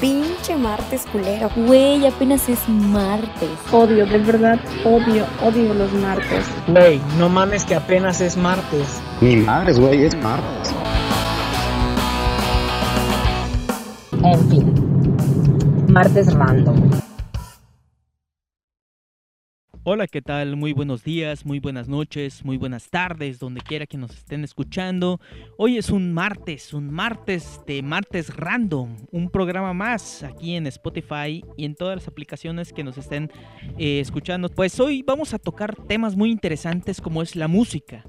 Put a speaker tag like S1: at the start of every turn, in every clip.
S1: pinche martes culero.
S2: Güey, apenas es martes.
S3: Odio, de verdad, odio, odio los martes.
S4: Güey, no mames que apenas es martes.
S5: Ni madres, güey, es martes.
S6: En fin, martes random.
S7: Hola, ¿qué tal? Muy buenos días, muy buenas noches, muy buenas tardes, donde quiera que nos estén escuchando. Hoy es un martes, un martes de martes random, un programa más aquí en Spotify y en todas las aplicaciones que nos estén eh, escuchando. Pues hoy vamos a tocar temas muy interesantes como es la música.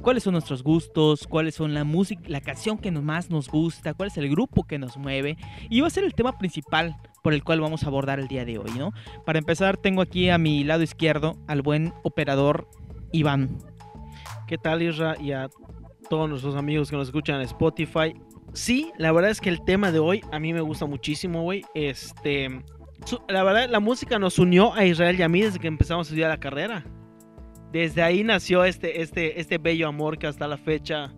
S7: ¿Cuáles son nuestros gustos? ¿Cuáles son la música, la canción que más nos gusta? ¿Cuál es el grupo que nos mueve? Y va a ser el tema principal por el cual vamos a abordar el día de hoy, ¿no? Para empezar, tengo aquí a mi lado izquierdo al buen operador Iván.
S8: ¿Qué tal, Isra? Y a todos nuestros amigos que nos escuchan en Spotify. Sí, la verdad es que el tema de hoy a mí me gusta muchísimo, güey. Este. su- la verdad, la música nos unió a Israel y a mí desde que empezamos a estudiar la carrera. Desde ahí nació este, este, este bello amor que hasta la fecha.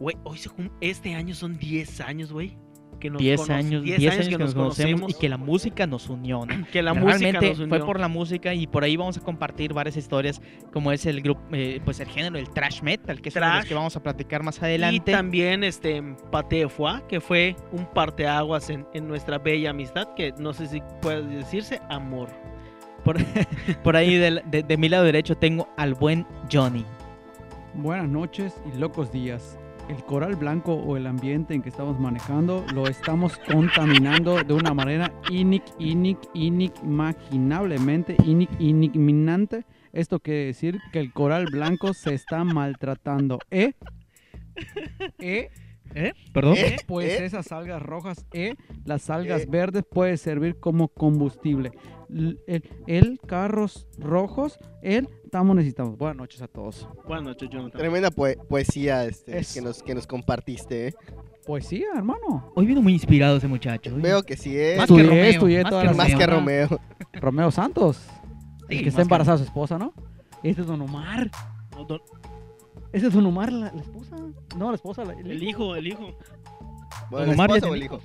S8: Güey, hoy se cum- este año son 10 años, güey. que nos
S7: 10
S8: conoce-
S7: años, 10 años, que, nos conocemos, y que la música nos unió, ¿no?
S8: que la música
S7: Realmente
S8: nos unió.
S7: fue por la música y por ahí vamos a compartir varias historias como es el grupo, eh, pues el género, el trash metal, que es uno de los
S8: Thrash.
S7: que vamos a platicar más
S8: Y
S7: adelante.
S8: también este Pate de Foix, que fue un parteaguas en, en nuestra bella amistad, que no sé si puede decirse amor.
S7: Por, por ahí del- de, de mi lado derecho tengo al buen Johnny.
S9: Buenas noches y locos días. El coral blanco o el ambiente en que estamos manejando lo estamos contaminando de una manera inic, inic, inimaginablemente, inic, iniminante. Esto quiere decir que el coral blanco se está maltratando. ¿Eh? ¿Eh?
S7: ¿Eh? ¿Perdón?
S9: ¿Eh? Pues esas algas rojas, ¿eh? Las algas verdes pueden servir como combustible. L- El, el carros rojos, el estamos necesitamos. Buenas noches a todos.
S8: Buenas noches, Jonathan.
S10: Tremenda poe- poesía este,
S9: Eso.
S10: que, nos, que nos compartiste. ¿eh?
S9: Poesía, Pues hermano.
S7: Hoy vino muy inspirado ese muchacho. ¿eh?
S10: Veo que sí es.
S7: Más
S10: Más,
S7: que
S9: Estudié,
S7: Romeo,
S9: estudié
S7: más
S9: todas
S7: que
S9: las-
S10: que
S7: ¿no?
S10: Romeo.
S9: Romeo Santos.
S7: Sí,
S9: el que
S7: más que-
S9: está embarazada su esposa, ¿no? Este es Don Omar.
S8: No, don-
S9: Ese es Don Omar, la, la esposa. No, la esposa. la-
S8: El hijo, el hijo.
S10: Bueno,
S7: Omar
S10: ¿la
S7: ya
S10: esposa o el
S7: tenía-
S10: hijo?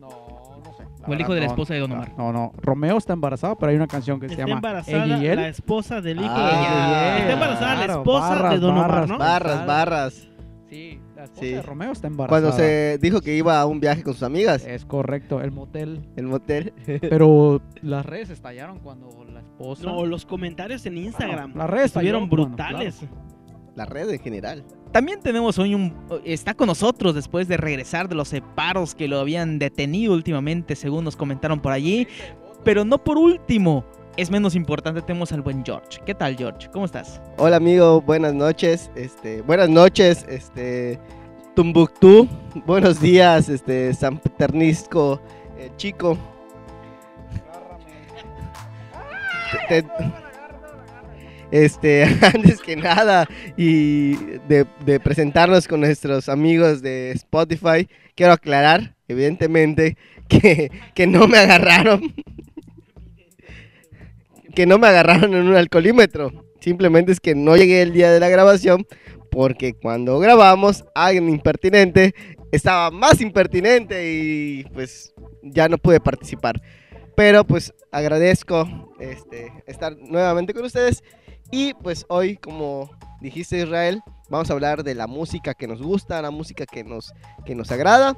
S9: No, no sé.
S7: O el hijo de la esposa de Don Omar.
S9: No, no. Romeo está embarazada, pero hay una canción que se llama Ella y él.
S8: esposa del
S10: Ah,
S8: Está embarazada la
S9: claro,
S8: esposa de
S9: barras,
S8: Don Omar,
S9: barras,
S8: ¿no?
S10: Barras, barras.
S9: Sí, la esposa
S10: Sí.
S9: de Romeo está embarazada.
S10: Cuando se dijo que iba a un viaje con sus amigas,
S9: Es correcto, el motel.
S10: el motel.
S9: Pero las redes estallaron cuando la esposa.
S8: No, los comentarios en Instagram
S9: las redes
S8: estuvieron
S9: estalló cuando-
S8: brutales.
S9: claro.
S10: La red en general.
S7: También tenemos hoy un... Está con nosotros después de regresar de los separos que lo habían detenido últimamente, según nos comentaron por allí. Pero no por último, es menos importante, tenemos al buen George. ¿Qué tal, George? ¿Cómo estás?
S10: Hola amigo, buenas noches. Este, buenas noches, este Tumbuctú. Buenos días, este San Peternisco, eh, chico. Te- este, antes que nada, y de, de presentarnos con nuestros amigos de Spotify, quiero aclarar, evidentemente, que, que no me agarraron. Que no me agarraron en un alcoholímetro. Simplemente es que no llegué el día de la grabación porque cuando grabamos, alguien impertinente estaba más impertinente y pues ya no pude participar. Pero pues agradezco este, estar nuevamente con ustedes y pues hoy, como dijiste Israel, vamos a hablar de la música que nos gusta, la música que nos, que nos agrada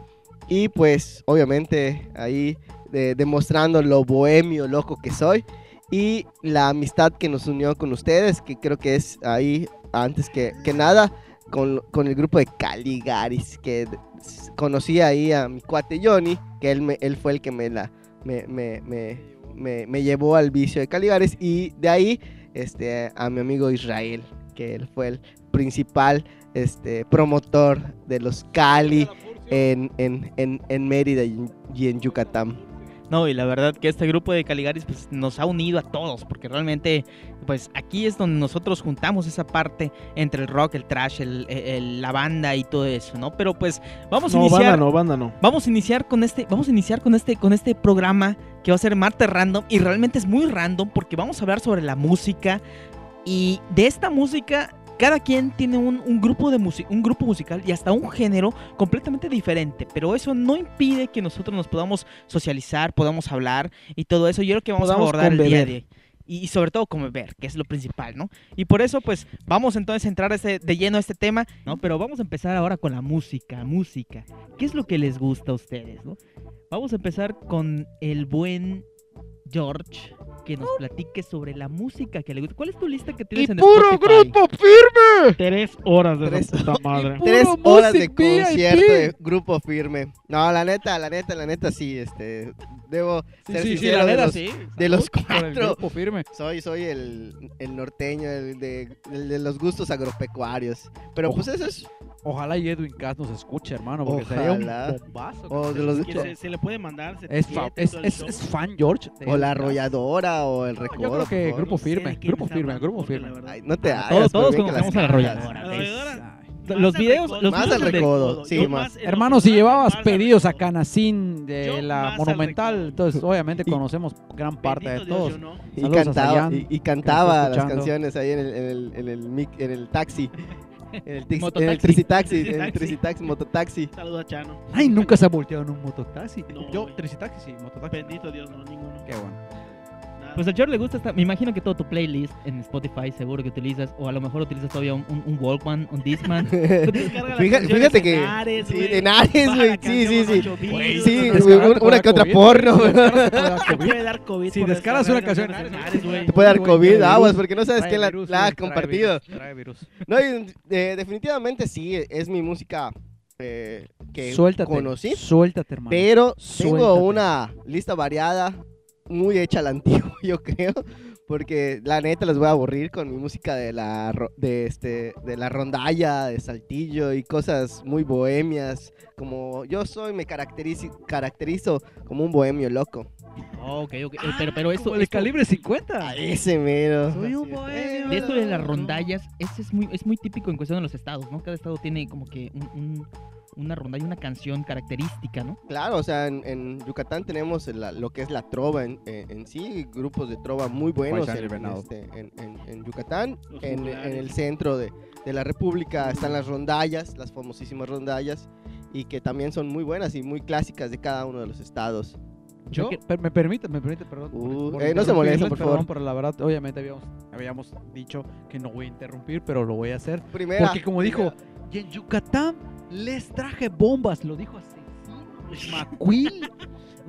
S10: y pues obviamente ahí de- demostrando lo bohemio, loco que soy y la amistad que nos unió con ustedes, que creo que es ahí, antes que, que nada, con, con el grupo de Caligaris, que d- s- conocí ahí a mi cuate Johnny, que él, me- él fue el que me, la, me, me, me, me- me llevó al vicio de Caligaris, y de ahí este, a mi amigo Israel, que él fue el principal este, promotor de los Cali en, en, en, en Mérida y en- y en Yucatán.
S7: No, y la verdad que este grupo de Caligaris pues, nos ha unido a todos, porque realmente pues aquí es donde nosotros juntamos esa parte entre el rock, el trash, el, el- la banda y todo eso, ¿no? Pero pues vamos a
S8: No,
S7: iniciar...
S8: banda no, banda no.
S7: Vamos a iniciar con este, vamos a iniciar con este, con este programa que va a ser Marte Random y realmente es muy random porque vamos a hablar sobre la música y de esta música Cada quien tiene un, un grupo de musi- un grupo musical y hasta un género completamente diferente, pero eso no impide que nosotros nos podamos socializar, podamos hablar y todo eso. Yo creo que vamos
S8: Podamos
S7: a abordar el día
S8: conbeber.
S7: de hoy. Y, y sobre todo convivir, que es lo principal, ¿no? Y por eso, pues, vamos entonces a entrar a este- de lleno a este tema, ¿no? Pero vamos a empezar ahora con la música, música. ¿Qué es lo que les gusta a ustedes, no? Vamos a empezar con el buen George, que nos platique sobre la música que le gusta. ¿Cuál es tu lista que tienes
S10: ¡Y
S7: en
S10: puro
S7: Spotify?
S10: grupo firme!
S8: Tres horas de
S10: Tres
S8: esa puta madre.
S10: Tres
S9: Puro
S10: horas de
S9: Music VIP.
S10: concierto de grupo firme. No, la neta, la neta, la neta, sí, este. Debo
S9: Sí, sí,
S10: ser
S9: sí,
S10: sincero
S9: la
S10: de
S9: neta,
S10: los-
S9: sí.
S10: de los
S9: Salud por el
S10: cuatro.
S9: grupo firme.
S10: Soy, soy el, el norteño, el de, el de los gustos agropecuarios. Pero pues eso es.
S9: Ojalá y Edwin Cass nos escuche, hermano, porque sería
S10: Ojalá.
S9: un bombazo.
S10: O de
S9: que-
S10: los.
S8: Que se, se le puede mandar. se
S9: Es, fa-
S8: etiqueta y
S9: es,
S8: todo el
S9: es,
S8: show.
S9: es fan George. de
S10: O la
S9: Edwin Cass.
S10: arrolladora o el
S9: No,
S10: recodo.
S9: Yo creo que
S10: por
S8: No
S9: grupo
S10: favor.
S8: sé
S9: firme,
S8: de quién
S9: grupo
S8: está
S9: firme,
S8: hablando,
S9: grupo
S8: porque la
S9: firme.
S8: verdad-
S10: Ay, no te hagas.
S7: Todos, todos
S10: bebé, que
S7: conocemos a
S10: las
S7: la
S10: cagas.
S7: arrolladora.
S8: Arrolladora.
S7: ¿ves?
S8: Más
S7: Los
S8: al
S7: videos-
S8: recodo,
S7: los
S10: Más
S7: videos
S10: al
S7: de-
S10: recodo,
S8: Yo
S10: sí,
S8: más
S10: más.
S8: el
S9: Hermano, si
S8: otro,
S9: llevabas
S8: más al
S9: pedidos a
S8: recodo.
S9: Canacín de
S8: Yo
S9: la
S8: más al
S9: Monumental,
S8: recodo.
S9: entonces obviamente conocemos gran parte
S8: Bendito
S9: de
S8: Dios,
S9: todos.
S8: yo no.
S10: Y
S9: Saludos a
S10: cantaba,
S9: Sayán,
S10: y, y
S9: está
S10: cantaba las
S9: escuchando.
S10: canciones ahí en el, en el, en el, mic- en el taxi. En el, tix- en el
S7: Mototaxi.
S10: tricitaxi, en el
S8: Tricitaxi.
S10: tricitaxi, mototaxi.
S8: Saludo a Chano.
S9: Ay, nunca se ha volteado en un mototaxi.
S8: No,
S9: yo,
S8: güey.
S9: tricitaxi, sí, mototaxi.
S8: Bendito Dios, no, ninguno.
S9: Qué bueno.
S8: Nada.
S7: Pues a George le gusta esta. Me imagino que todo tu playlist en Spotify seguro que utilizas, o a lo mejor utilizas todavía un, un- un Walkman, un Discman.
S8: Descarga las
S10: Fíjate,
S8: canciones
S10: fíjate
S8: en
S10: que.
S8: Ares,
S10: sí,
S8: güey.
S10: en Ares,
S8: Baja
S10: güey.
S8: la
S10: Sí,
S8: canción
S10: sí,
S8: con
S10: sí.
S8: ocho bits,
S10: Sí,
S8: no
S10: sí,
S8: sé
S10: güey,
S9: Descarga
S10: un-
S9: te
S10: una
S9: puede
S10: que otra
S9: dar COVID,
S10: porno,
S9: güey.
S10: güey.
S9: Descarga te
S8: Te
S9: puede dar COVID.
S8: puede dar COVID.
S9: Si
S8: por
S9: descargas
S8: descargar
S9: una canción
S8: canciones
S9: en
S8: en
S9: Ares,
S8: Ares, güey.
S10: Te puede dar
S9: Trae virus,
S10: COVID, aguas, porque no sabes
S9: Trae
S10: quién la,
S9: virus,
S10: la
S9: güey,
S10: ha
S9: trae
S10: compartido.
S9: virus, trae virus.
S10: No, y, eh, definitivamente sí, es mi música eh, que
S9: Suéltate.
S10: conocí.
S9: Suéltate, hermano.
S10: Pero tengo
S9: Suéltate.
S10: una lista variada, muy hecha a la antigua, yo creo. Porque la neta les voy a aburrir con mi música de la, ro- de este, de la rondalla, de saltillo y cosas muy bohemias. Como yo soy, me caracterizo, caracterizo como un bohemio loco.
S7: Oh, ok, ok. Eh,
S8: Ah,
S7: Pero, pero esto,
S9: Como el
S7: esto-
S9: calibre 50.
S10: A ese mero.
S9: Soy un bohemio.
S7: de esto de las rondallas, ese es muy, es muy típico en cuestión de los estados, ¿no? Cada estado tiene como que un- un- una rondalla, una canción característica, ¿no?
S10: Claro, o sea, en, en Yucatán tenemos la- lo que es la trova en, eh, en- en sí, grupos de trova muy buenos
S9: Paisano y
S10: en, en
S9: venado.
S10: este- en- en- en Yucatán,
S8: Los
S10: en, en
S8: juglares.
S10: el centro de, de la República están las rondallas, las famosísimas rondallas, y que también son muy buenas y muy clásicas de cada uno de los estados.
S9: Yo,
S7: Porque-
S9: per- me permite, me permite, perdón. por-
S10: Uh,
S9: por
S10: eh, no se
S9: interrumpirlo,
S10: molesten, por
S9: perdón,
S10: favor.
S9: Pero la verdad, obviamente habíamos, habíamos dicho que no voy a interrumpir, pero lo voy a hacer.
S10: Primera,
S9: Porque como dijo, y en Yucatán les traje bombas, lo dijo Asesino, Macuil.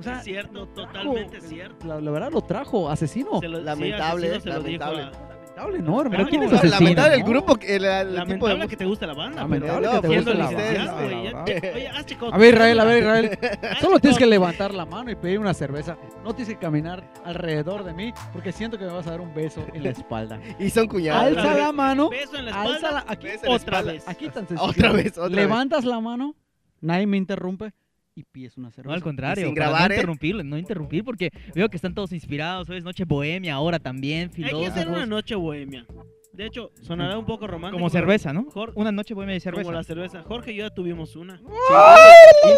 S9: O sea,
S8: Es cierto,
S9: lo trajo,
S8: totalmente cierto.
S9: La, la verdad lo trajo, Asesino.
S8: Se lo- sí,
S10: Lamentable,
S8: Asesino se lo dijo
S10: lamentable.
S8: a-
S9: Lamentable, ¿no, hermano?
S8: quién es
S10: primera,
S9: Asesino,
S10: lamentable el
S9: ¿no?
S10: grupo, que- el, el tipo de
S8: Lamentable que te gusta la banda, pero...
S9: Lamentable
S10: No,
S9: que te
S10: pues,
S9: guste la
S10: ustedes,
S9: banda,
S10: güey,
S9: la verdad.
S8: Oye, has checado-
S9: A ver, Israel, a ver, Israel.
S8: has
S9: Solo tienes que
S8: checado-
S9: levantar la mano y pedir una cerveza. No tienes que caminar alrededor de mí porque siento que me vas a dar un beso en la espalda.
S10: música. Y son cuñados.
S9: Alza la mano.
S8: Beso en la
S9: Alza
S8: espalda.
S9: la, aquí,
S10: Beso en la
S8: Otra
S10: espalda.
S8: vez.
S9: aquí tan sencillo.
S10: Otra vez, otra vez.
S9: Levantas la mano, nadie me interrumpe y pides una cerveza.
S7: No,
S8: Pues,
S7: al contrario,
S10: sin
S7: para
S10: grabar,
S7: no
S10: ¿eh?
S7: interrumpir, no interrumpir, porque veo que están todos inspirados. Hoy es noche bohemia, ahora también,
S8: Hay que hacer una
S7: filósofos.
S8: noche bohemia. De hecho, sonará un poco romántico.
S7: Como
S8: pero-
S7: cerveza, ¿no?
S8: Jorge-
S7: Una noche bohemia de cerveza.
S8: Como la cerveza. Jorge y yo ya tuvimos una.
S10: Sí,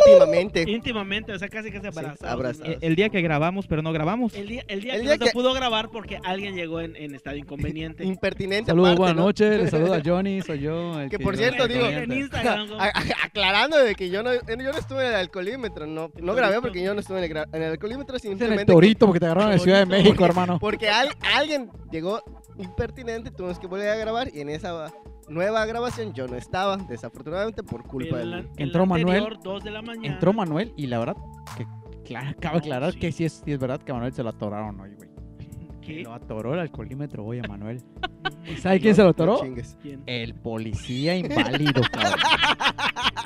S10: íntimamente.
S8: Íntimamente, o sea, casi casi abrazados.
S10: abrazados.
S7: Eh, El día que grabamos, pero no grabamos.
S8: El día, el día
S10: El
S8: que
S10: día
S8: no se
S10: que-
S8: pudo grabar porque alguien llegó en, en estado inconveniente.
S10: Impertinente.
S9: Saludos,
S10: aparte,
S9: buenas
S10: ¿no?
S9: noches. Les saluda Johnny, soy yo. el
S10: Que por cierto, digo- Ah,
S8: En Instagram. ¿no?
S10: A- a- Aclarando de que yo no, yo no estuve en el alcoholímetro, no, no grabé porque yo no estuve en el, gra- en el alcoholímetro,
S9: Es en el
S10: simplemente
S9: torito porque te agarraron en Ciudad de
S10: Torito,
S9: México, hermano.
S10: porque al- alguien llegó impertinente, tuvimos que volver a grabar y en esa nueva grabación yo no estaba, desafortunadamente por culpa
S8: El-
S10: de
S8: el
S9: Entró Manuel.
S8: anterior, dos de la mañana.
S9: Entró Manuel y la verdad que claro, acaba de
S8: No,
S9: aclarar
S8: sí.
S9: que sí es, sí es verdad que a Manuel se lo atoraron hoy, güey.
S8: ¿Qué?
S9: Que Lo atoró el alcoholímetro hoy a Manuel.
S10: ah.
S9: ¿Y sabe quién se lo atoró?
S10: chingues.
S8: ¿Quién?
S9: El policía inválido, cabrón.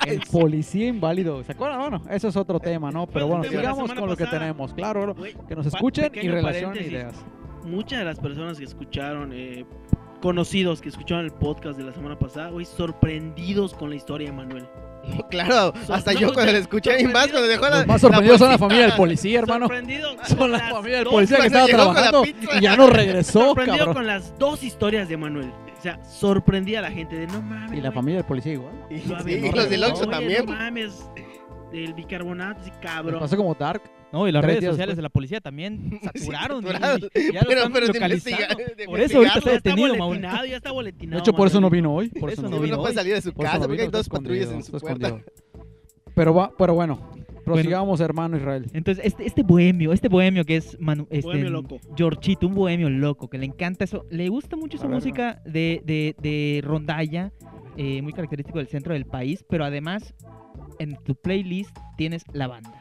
S9: El policía inválido. ¿Se acuerdan? Bueno, eso es otro tema, ¿no? Pero
S8: un
S9: bueno,
S8: tema de la
S9: sigamos
S8: semana
S9: con lo que
S8: pasada.
S9: tenemos. Claro,
S8: Güey,
S9: que nos
S8: pa-
S9: escuchen y
S8: pequeño
S9: relacionen
S8: paréntesis.
S9: ideas.
S8: muchas de las personas que escucharon, eh, conocidos que escucharon el podcast de la semana pasada, güey, sorprendidos con la historia de Manuel.
S10: Claro, hasta yo cuando le escuché y más cuando dejó la.
S9: Los más sorprendidos son la
S10: bolsita.
S9: familia del policía, hermano.
S8: Sorprendido con
S9: Son la
S8: las
S9: familia del
S8: dos-
S9: policía que
S10: cuando
S9: estaba
S10: llegó con la
S9: trabajando
S10: pizza.
S9: y ya no regresó,
S8: Sorprendido
S9: cabrón.
S8: con las dos historias de Manuel. O sea, sorprendí a la gente de no mames.
S9: Y la
S8: güey,
S9: familia del policía igual.
S10: Y,
S8: lo
S10: sí, y
S8: aventó,
S10: los del
S8: güey,
S10: Oxxo
S8: no
S10: también.
S8: mames. el bicarbonato, sí, cabrón.
S9: Pasó como Dark.
S7: No, y las
S9: Tres
S7: redes
S9: días después.
S7: sociales de la policía también saturaron. y-
S10: pues. saturaron.
S7: y ya lo
S10: Pero-
S7: están
S10: pero de
S7: localizando.
S10: investigar- de
S7: Por eso ahorita
S10: investigarlo,
S7: está
S8: Ya está
S7: detenido, Mauricio.
S8: boletinado, ya está boletinado.
S9: de hecho, por eso no
S8: Mauricio.
S9: vino hoy. Por eso,
S7: Eso
S9: no
S7: no
S10: No,
S9: vino.
S7: vino hoy.
S10: puede salir de su
S9: Por eso
S10: casa
S9: no
S10: porque
S9: vino,
S10: hay
S9: está
S10: dos patrullas en su
S9: escondido,
S10: puerta.
S9: está escondido. Pero, va, pero bueno, prosigamos, hermano Israel.
S7: Entonces, este, este bohemio, este bohemio que es Manu, este,
S8: Bohemio loco.
S7: Giorgito, un bohemio loco, que le encanta eso. Le gusta mucho
S9: A
S7: su
S9: ver,
S7: música de, de, de rondalla, eh, muy característico del centro del país, pero además en tu playlist tienes la banda.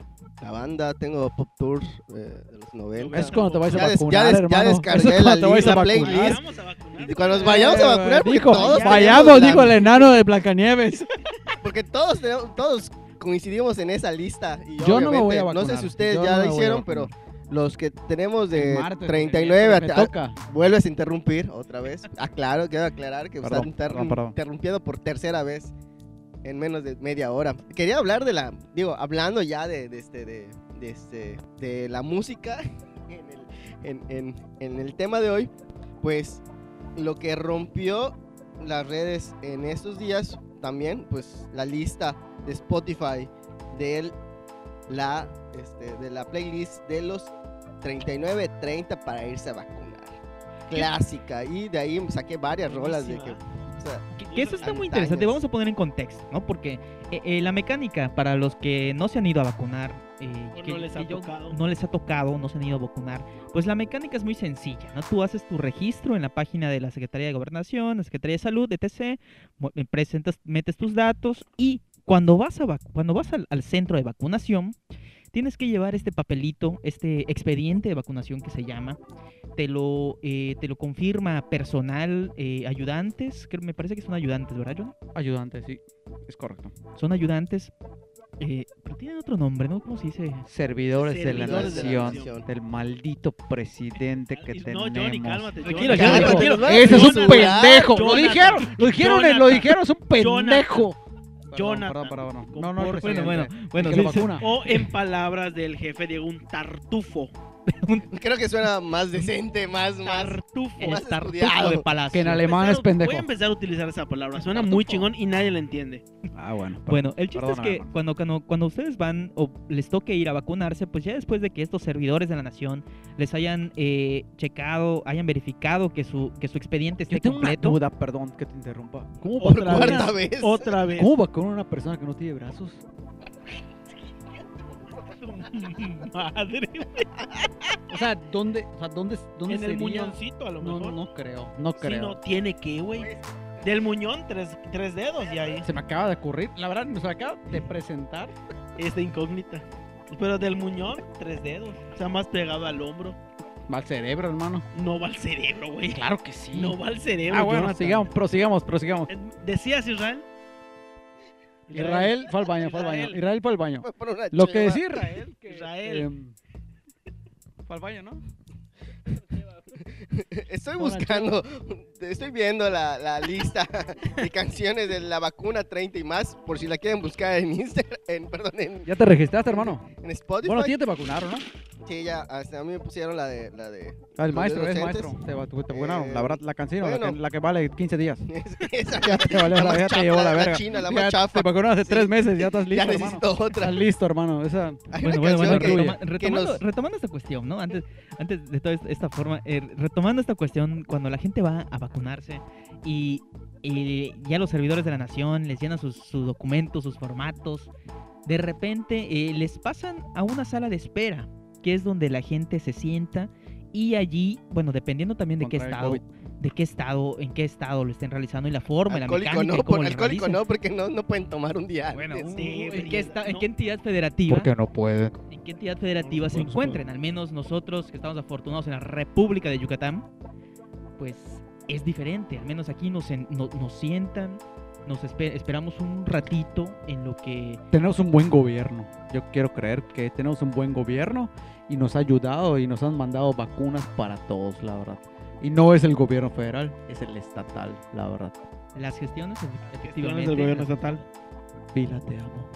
S10: La banda, tengo Pop Tour eh, de los 90.
S9: Es cuando te vais a
S10: ya, des-
S9: vacunar,
S10: ya des- ya
S9: hermano.
S10: descargué
S9: es
S10: la,
S9: cuando te vais
S10: lista,
S9: a vacunar.
S10: playlist.
S8: Vamos a vacunar.
S10: Y cuando nos vayamos a vacunar, porque
S9: dijo,
S10: todos
S9: vayamos,
S10: tenemos la-
S9: dijo el enano de Blancanieves.
S10: Porque todos, tenemos- todos coincidimos en esa lista. y
S9: Yo no me voy
S10: obviamente,
S9: a vacunar.
S10: No sé si ustedes
S9: Yo
S10: ya
S9: no
S10: la
S9: me voy a
S10: hicieron, pero
S9: vacunar.
S10: los que tenemos de
S9: El martes,
S10: 39 a,
S9: me
S10: a-
S9: toca.
S10: Vuelves a interrumpir otra vez. Aclaro, quiero aclarar que
S9: Perdón,
S10: están interrum-
S9: perdón, perdón.
S10: interrumpiendo por tercera vez en menos de media hora. Quería hablar de la, digo, hablando ya de, de este, de, de este, de la música en el, en- en- en el tema de hoy, pues lo que rompió las redes en estos días también, pues la lista de Spotify de la, este, de la playlist de los 39-30 para irse a vacunar. Clásica. Y de ahí saqué varias rolas de que. o sea,
S7: Que, que eso está muy
S10: Antaños.
S7: interesante, vamos a poner en contexto, ¿no? Porque eh, eh, la mecánica para los que no se han ido a vacunar, eh,
S8: O
S7: que-
S8: no les ha
S7: que yo-
S8: tocado.
S7: no les ha tocado, no se han ido a vacunar, pues la mecánica es muy sencilla, ¿no? Tú haces tu registro en la página de la Secretaría de Gobernación, la Secretaría de Salud, etc., mu- eh, presentas, metes tus datos y cuando vas, a vacu- cuando vas al, al centro de vacunación, tienes que llevar este papelito, este expediente de vacunación que se llama, te lo, eh, te lo confirma personal, eh, ayudantes, que me parece que son ayudantes, ¿verdad, John?
S9: Ayudante, sí. Es correcto.
S7: Son ayudantes, eh, pero tienen otro nombre, ¿no? ¿Cómo se dice?
S9: Servidores, de la
S10: Servidores de la
S9: nación,
S8: nación.
S9: del maldito presidente Este que
S8: No,
S9: tenemos.
S8: Johnny, cálmate.
S7: Tranquilo,
S8: Johnny,
S7: Johnny,
S8: tranquilo.
S9: Ese es un
S8: Jonathan,
S9: pendejo. Lo
S8: Jonathan,
S9: dijeron, lo dijeron,
S8: Jonathan,
S9: lo dijeron, es un
S8: Jonathan.
S9: pendejo.
S8: Jonathan.
S9: Perdón, perdón, perdón. No, no, el
S8: Por-
S9: presidente.
S7: Bueno, bueno, bueno,
S9: que lo
S7: sí, sí,
S9: vacuna.
S8: O en palabras del jefe Diego, un tartufo.
S10: creo que suena más decente, más, más.
S8: Tartufo.
S7: el
S10: Más
S7: tartufo
S10: estudiado.
S7: de palacio.
S9: Que en
S8: Voy a
S9: alemán es
S8: empezar-
S9: pendejo.
S8: Voy a empezar a utilizar esa palabra. Suena muy chingón y nadie la entiende.
S9: Ah, bueno.
S7: Bueno, el chiste
S9: Perdóname,
S7: es que
S9: hermano.
S7: cuando, cuando, cuando ustedes van o les toque ir a vacunarse, pues ya después de que estos servidores de la nación les hayan eh, checado, hayan verificado que su, que su expediente esté
S9: Yo tengo una
S7: completo.
S9: duda, perdón que te interrumpa. ¿Cómo
S10: Por
S9: vacuna-
S10: cuarta vez.
S8: Otra vez.
S9: ¿Cómo vacuna a una persona que no tiene brazos?
S8: Madre.
S9: O sea, ¿dónde, o sea, dónde, dónde
S8: En el
S9: sería?
S8: muñoncito, a lo
S9: No,
S8: mejor.
S9: no, no creo, no
S8: Sí,
S9: creo.
S8: no tiene que, güey. Del muñón, tres, tres dedos y ahí.
S9: Se me acaba de ocurrir, la verdad, me acaba de presentar.
S8: Esta incógnita. Pero del muñón, tres dedos. O sea, más pegado al hombro.
S9: Mal cerebro, hermano.
S8: No va al cerebro, güey.
S9: Claro que sí.
S8: No va al cerebro.
S9: ah, bueno,
S8: Jonathan.
S9: sigamos, prosigamos, prosigamos.
S8: Eh, Decías, Israel.
S9: Israel fue al baño, fue al baño.
S8: Israel. Pues,
S9: Israel fue al baño.
S10: Fue por una
S9: Lo que
S10: cheva.
S9: decir.
S8: Israel.
S9: em, fue al baño, ¿no?
S10: Estoy
S9: Hola,
S10: buscando, estoy viendo la, la lista de canciones de la vacuna 30 y más, por si la quieren buscar en Instagram, en, perdón, en,
S9: Ya te registraste, hermano.
S8: Pues,
S10: en Spotify.
S9: Bueno, a ti ya te vacunaron, ¿no?
S10: Sí, ya, hasta a mí me pusieron la de, la de,
S8: pues,
S9: Ah, El
S10: Los
S9: maestro, es
S10: docentes.
S9: maestro. Te, va- te vacunaron,
S8: Eh,
S9: la verdad, la canción, la,
S10: Bueno.
S9: que, la que vale 15 días.
S10: esa,
S9: Ya te valió, la,
S10: más
S9: ya te
S10: chafa,
S9: llevó la
S10: la
S9: verga.
S10: china, la
S9: Ya
S10: más chafa.
S9: Te vacunaron hace
S10: Sí.
S9: tres meses, ya estás
S10: ya
S9: listo, hermano.
S10: necesito otra.
S9: Estás listo, hermano. Esa...
S10: Hay una
S7: Bueno, bueno, bueno,
S10: canción que-
S7: retoma-
S10: que
S7: retomando,
S10: nos-
S7: retomando esta cuestión, ¿no? Antes, antes de toda es- esta forma, eh, retomando esta cuestión, cuando la gente va a vacunarse y, y ya los servidores de la nación les llenan sus, sus documentos, sus formatos, de repente eh, les pasan a una sala de espera, que es donde la gente se sienta y allí, bueno, dependiendo también de qué
S9: Contrae
S7: estado,
S9: COVID.
S7: de qué estado, en qué estado lo estén realizando y la forma, y la
S10: alcohólico
S7: mecánica, y
S10: no,
S7: cómo
S10: por,
S7: lo
S10: alcohólico
S7: realizan.
S10: no, porque no, no pueden tomar un día.
S7: Bueno,
S10: antes.
S8: Sí,
S7: uh, ¿en,
S8: pero
S7: qué
S8: ya
S7: esta-
S8: no.
S7: en qué entidad federativa?
S9: no puede?
S7: en qué entidad federativa
S9: No,
S7: se
S9: no se
S7: encuentren. Al menos nosotros que estamos afortunados en la República de Yucatán, pues es diferente. Al menos aquí nos, en- no- nos sientan, nos espe- esperamos un ratito en lo que...
S9: Tenemos un buen gobierno. Yo quiero creer que tenemos un buen gobierno y nos ha ayudado y nos han mandado vacunas para todos, la verdad. Y no es el gobierno federal, es el estatal, la verdad.
S7: Las gestiones,
S8: Efectivamente,
S7: efectivamente...
S8: del gobierno estatal.
S9: Vila, te amo.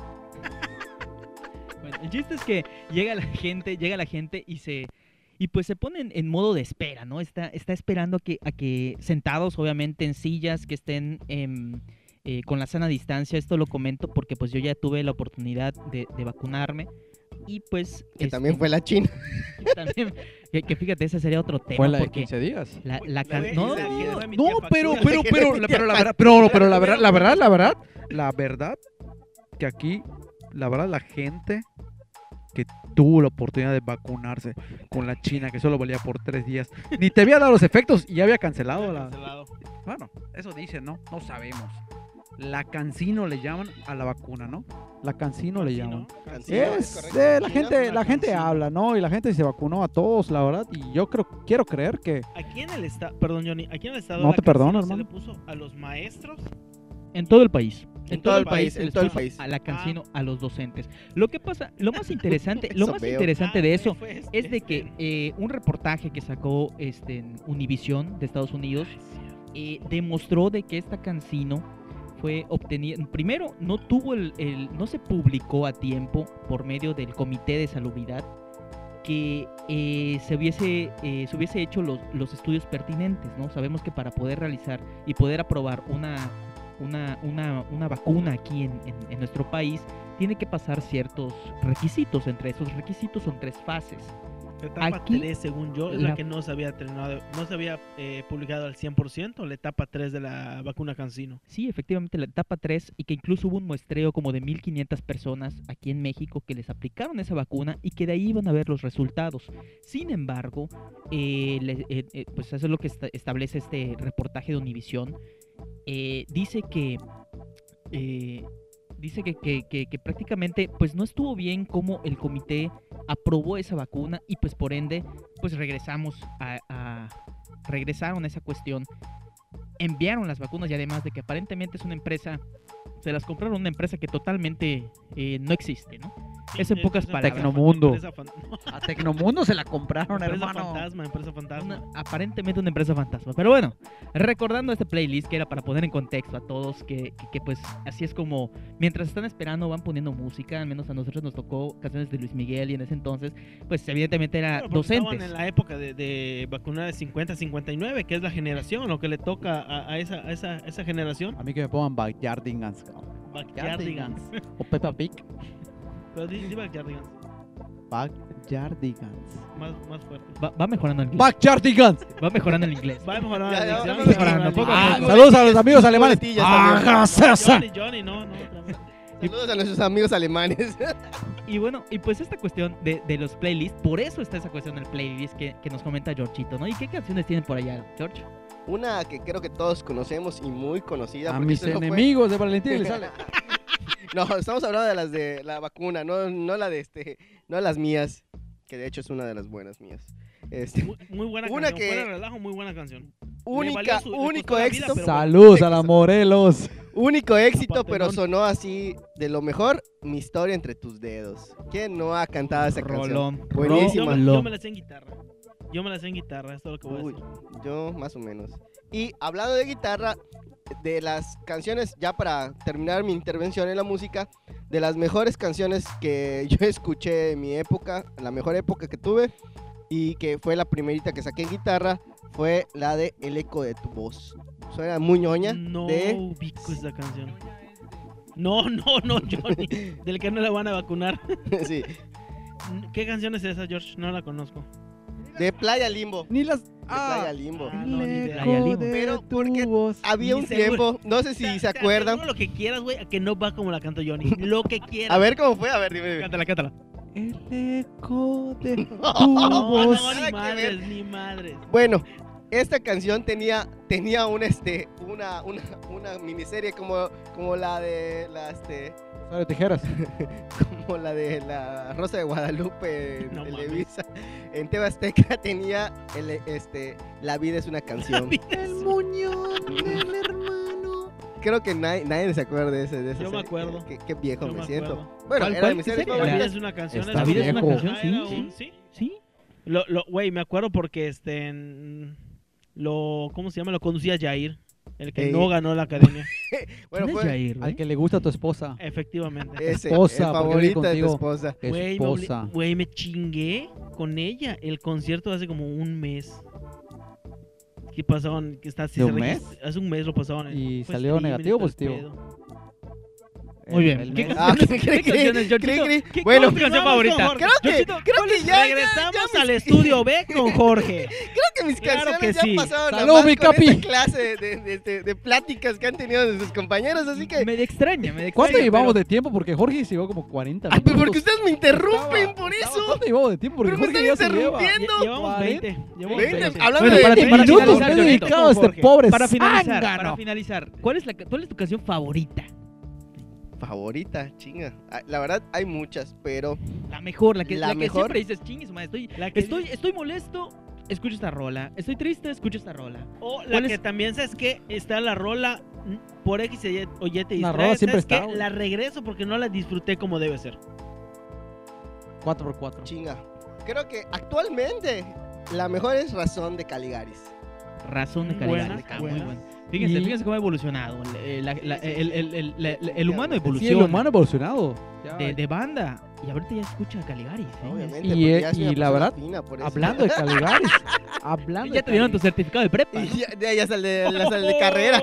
S7: Bueno, el chiste es que llega la gente, llega la gente y se y pues se ponen en modo de espera, ¿no? Está, está esperando a que, a que sentados, obviamente, en sillas que estén em, eh, con la sana distancia. Esto lo comento porque pues yo ya tuve la oportunidad de, de vacunarme y pues...
S10: Que
S7: este,
S10: también fue la China.
S7: también- que, que fíjate, ese sería otro tema.
S9: Fue la de
S7: porque
S9: 15 días.
S7: la, la
S8: La
S7: can-
S8: de-
S7: no,
S8: la que fue mi
S9: No,
S8: tía
S9: pero,
S8: Factura.
S9: pero, pero, la, pero la verdad, pero, no, pero la verdad, la verdad, la verdad, la verdad, que aquí, la verdad, la gente que tuvo la oportunidad de vacunarse con la China, que solo valía por tres días, ni te había dado los efectos y ya había cancelado la...
S8: Cancelado.
S9: Bueno, eso dicen, ¿no? No sabemos. La cancino le llaman a la vacuna, ¿no? La cancino le
S8: Sí,
S9: llaman.
S8: ¿no?
S10: Cancino,
S9: Es,
S10: correcto.
S9: eh, la
S10: China,
S9: gente,
S8: la
S9: la gente
S8: cancino.
S9: habla, ¿no? Y la gente se vacunó a todos, la verdad. Y yo creo, quiero creer que
S8: Aquí en el estado, perdón Johnny, aquí en el estado
S9: No
S8: la
S9: te perdono,
S8: cancino
S9: hermano.
S8: Se le puso a los maestros
S7: en todo el país.
S10: En todo el país,
S7: se
S10: en
S7: les
S10: todo el
S7: puso
S10: país. Ah.
S7: A la cancino, a los docentes. Lo que pasa, lo más interesante, lo
S10: Eso
S7: más
S10: veo.
S7: interesante
S8: Ah,
S7: de
S8: ok,
S7: eso
S8: fue este,
S7: es de que
S8: este.
S7: eh, un reportaje que sacó este, en Univision de Estados Unidos eh, demostró de que esta cancino fue obtenida. Primero, no tuvo el, el- no se publicó a tiempo por medio del Comité de Salubridad que eh, se, hubiese, eh, se hubiese hecho los, los estudios pertinentes, ¿no? Sabemos que para poder realizar y poder aprobar una, una, una, una vacuna aquí en, en- en nuestro país, tiene que pasar ciertos requisitos. Entre esos requisitos son tres fases.
S8: La etapa
S7: Aquí,
S8: 3, según yo, es la,
S7: la-
S8: que no se había terminado, no se había eh, publicado al 100%, la etapa 3 de la vacuna Cancino.
S7: Sí, efectivamente, la etapa 3 y que incluso hubo un muestreo como de 1.500 personas aquí en México que les aplicaron esa vacuna y que de ahí iban a ver los resultados. Sin embargo, eh, le- eh, eh, pues eso es lo que esta- establece este reportaje de Univisión. Eh, dice que... eh, Dice que, que- que- que prácticamente pues no estuvo bien cómo el comité aprobó esa vacuna y pues por ende pues regresamos a, a- regresaron a esa cuestión enviaron las vacunas y además de que aparentemente es una empresa, se las compraron a una empresa que totalmente eh, no existe, ¿no? Es en pocas palabras.
S9: Tecnomundo.
S8: Empresa, fan-
S9: a Tecnomundo se la compraron,
S8: empresa
S9: hermano.
S8: fantasma, empresa fantasma.
S7: Una- aparentemente una empresa fantasma. Pero bueno, recordando este playlist que era para poner en contexto a todos, que, que- que, pues así es como, mientras están esperando van poniendo música, al menos a nosotros nos tocó canciones de Luis Miguel y en ese entonces, pues evidentemente era
S8: Claro, porque
S7: docentes.
S8: Estaban en la época de, de vacunar de 50 59, que es la generación, lo que le toca a, a esa, a esa, a esa generación.
S9: A mí que me pongan Backyardigans, cabrón.
S8: Backyardigans.
S9: O Peppa Pig.
S8: Pero di, di Backyardigans,
S9: Backyardigans.
S8: más, más fuerte.
S7: Va, va mejorando el inglés.
S9: Backyardigans.
S7: Va mejorando el inglés.
S8: Va a mejorar
S10: Ya,
S8: la
S10: ya,
S8: dicción,
S10: vamos
S8: va a mejorar
S7: mejorando,
S8: la
S7: poco a
S8: dicción.
S9: Ah, saludos a los amigos alemanes.
S10: boletillas también.
S9: Ajá, César.
S8: Johnny, Johnny, no, no. otra vez.
S10: Saludos a nuestros amigos alemanes.
S7: Y bueno, y pues esta cuestión de, de los playlists, por eso está esa cuestión del playlist que, que nos comenta Georgito, ¿no? ¿Y qué canciones tienen por allá, George?
S10: Una que creo que todos conocemos y muy conocida.
S9: A
S10: porque
S9: mis
S10: eso fue-
S9: enemigos de Valentín les sale.
S10: No, estamos hablando de las de la vacuna, no, no la de este, no las mías, que de hecho es una de las buenas mías. Este,
S8: Muy, muy buena
S10: Una
S8: canción.
S10: que-
S8: Fuera de relajo, muy buena canción. valió
S10: única,
S8: su- le costó
S10: único
S8: la vida,
S10: éxito,
S8: pero-
S9: Saludos a la Morelos.
S10: único éxito,
S8: Aparte,
S10: pero
S8: no-
S10: sonó así de lo mejor, mi historia entre tus dedos. ¿Quién no ha cantado esa canción?
S7: Rolón.
S8: Yo
S10: Buenísima.
S8: me, yo me la sé en guitarra. Yo me la sé en guitarra, esto es lo que voy a
S10: Uy,
S8: decir.
S10: yo más o menos. Y hablando de guitarra, de las canciones, ya para terminar mi intervención en la música, de las mejores canciones que yo escuché en mi época, la mejor época que tuve, y que fue la primerita que saqué en guitarra, fue la de El eco de tu voz. Suena muy ñoña.
S8: No
S10: De...
S8: ubico esa canción. No, no, no, Johnny. del que no le van a vacunar.
S10: sí,
S8: ¿Qué canción es esa, George? No la conozco.
S10: de Playa Limbo. De
S9: Ni las.
S10: Playa Limbo.
S8: Ah, no, ni idea.
S7: Playa Limbo.
S10: Pero
S9: tu
S10: porque
S9: voz.
S10: Había
S8: ni
S10: un
S8: seguro.
S10: tiempo, no sé
S8: Te-
S10: si
S8: te
S10: se acuerdan.
S8: aseguro lo que quieras, güey, a que no va como la canto Johnny. Lo que quieras.
S10: A ver cómo fue, a ver, dime. dime.
S8: cántala, cántala.
S9: El eco de tu
S8: No,
S9: voz.
S8: no,
S10: Nada
S8: ni
S10: que ver.
S8: madres, ni madres.
S10: Bueno, esta canción tenía, tenía un este, una, una, una miniserie como, como la de la este,
S9: Rosario Tijeras.
S10: como la de la Rosa de Guadalupe en
S8: No mames.
S10: Televisa. En TV Azteca tenía el, este La vida es una canción.
S9: El muñón del hermano.
S10: Creo que nadie, nadie se acuerda de ese de esa
S8: Yo me
S10: serie.
S8: acuerdo.
S10: Qué, qué viejo
S8: Yo
S10: me,
S8: me
S10: siento.
S8: acuerdo.
S10: Bueno,
S7: ¿Cuál-
S10: era de
S7: cuál
S10: mis series
S7: serie?
S8: La vida
S10: favoritas.
S8: es una canción.
S9: Está
S7: La vida es una
S9: viejo.
S7: canción,
S8: Ah,
S7: sí,
S8: era
S7: sí,
S8: un- sí. Lo, lo, güey, me acuerdo porque este en- lo, ¿cómo se llama? Lo conducía Jair, el que
S10: Ey.
S8: no ganó la academia.
S10: Bueno, pues,
S7: ¿Quién es
S10: fue
S7: Jair, güey?
S9: Al que le gusta a tu esposa.
S8: Efectivamente.
S10: ese,
S9: Esposa,
S10: el
S9: porque vive
S10: favorito de tu
S9: contigo.
S10: esposa.
S9: Eh,
S8: Güey, me, obli-
S9: Esposa.
S8: güey, me chingué con ella el concierto hace como un mes. que pasaron, que está, si
S9: ¿De
S8: se
S9: un
S8: regist- Hace un mes lo pasaron. en
S9: ¿Y
S8: un
S9: salió
S8: streaming
S9: negativo o
S8: todo el
S9: positivo?
S8: pedo.
S9: El-
S7: Muy bien.
S9: el
S7: ¿Qué
S9: mes-
S10: Ah,
S7: canciones-
S10: cri,
S7: qué
S10: cri,
S7: canciones,
S10: cri,
S7: Jorgito?
S10: cri,
S7: ¿Qué- ¿cuál es tu
S10: Bueno,
S7: canción
S8: continuamos con
S7: favorita?
S8: Jorge.
S10: Creo que,
S7: Jorgito,
S10: creo que ya, ya,
S8: Regresamos
S10: ya
S8: al
S10: mis-
S8: estudio B con Jorge.
S10: Creo que mis
S8: Claro
S10: canciones
S8: que
S10: ya
S8: sí.
S10: pasaron
S9: Salud,
S10: a
S9: mi
S10: más con
S9: capi.
S10: esta clase de, de- de- de pláticas que han tenido de sus compañeros, así que...
S7: Me extraña, me extraña.
S9: ¿Cuánto
S7: pero-
S9: llevamos de tiempo? Porque Jorge se llevó como 40
S10: Ay, pero porque
S9: minutos.
S10: ustedes me interrumpen
S9: Estaba-
S10: por
S9: estaba-
S10: eso.
S9: ¿Cuánto llevamos de tiempo? Porque
S10: Pero me
S9: Jorge ya se
S10: están
S9: lleva.
S10: interrumpiendo.
S8: Lle- Llevamos
S9: ¿Cuarenta?
S8: 20. Llevamos
S10: Veinte,
S8: 20.
S10: hablando
S7: Bueno,
S10: de-
S7: para,
S10: de-
S7: para
S9: minutos
S7: finalizar,
S9: que he
S7: Jorgito,
S9: dedicado a
S7: con
S9: este
S7: Jorge.
S9: pobre
S7: Para finalizar,
S9: zángano.
S7: para finalizar, ¿cuál es, la, ca- ¿cuál es tu canción favorita?
S10: Favorita, chinga. Ah, La verdad, hay muchas, pero...
S7: La mejor, la que,
S10: La
S7: la que
S10: mejor.
S7: siempre dices, chingues, madre, estoy, estoy, estoy molesto, escucho esta rola. Estoy triste, escucho esta rola.
S8: O la
S7: ¿Cuál
S8: que
S7: es?
S8: también sabes que está la rola mm, por X y- o Y te
S9: La
S8: distrae,
S9: rola siempre
S8: ¿sabes qué?
S9: está, güey.
S8: La regreso porque no la disfruté como debe ser.
S9: 4x4.
S10: Chinga. Creo que actualmente la mejor es Razón de Caligaris.
S7: Razón de
S8: Buena,
S7: calidad. está Muy
S8: buena.
S7: buena. Fíjense,
S9: Y-
S7: fíjense cómo ha evolucionado. eh, la- la- el, el- el- la- la- el humano
S9: Sí,
S7: evoluciona.
S9: el humano evolucionado. Ya-
S7: de, de banda. Y ahorita ya escucha a Caligari. ¿eh?
S10: Obviamente,
S9: Y,
S10: porque
S9: eh,
S10: ya es una
S9: y la
S10: persona
S9: verdad,
S10: fina, por eso.
S9: Hablando de Caligaris. hablando
S7: Ya
S9: de
S7: te dieron tu
S9: Caligaris.
S7: certificado de prepa.
S10: Y
S7: ¿no?
S10: ya, ya, ya sale, la sale de carrera.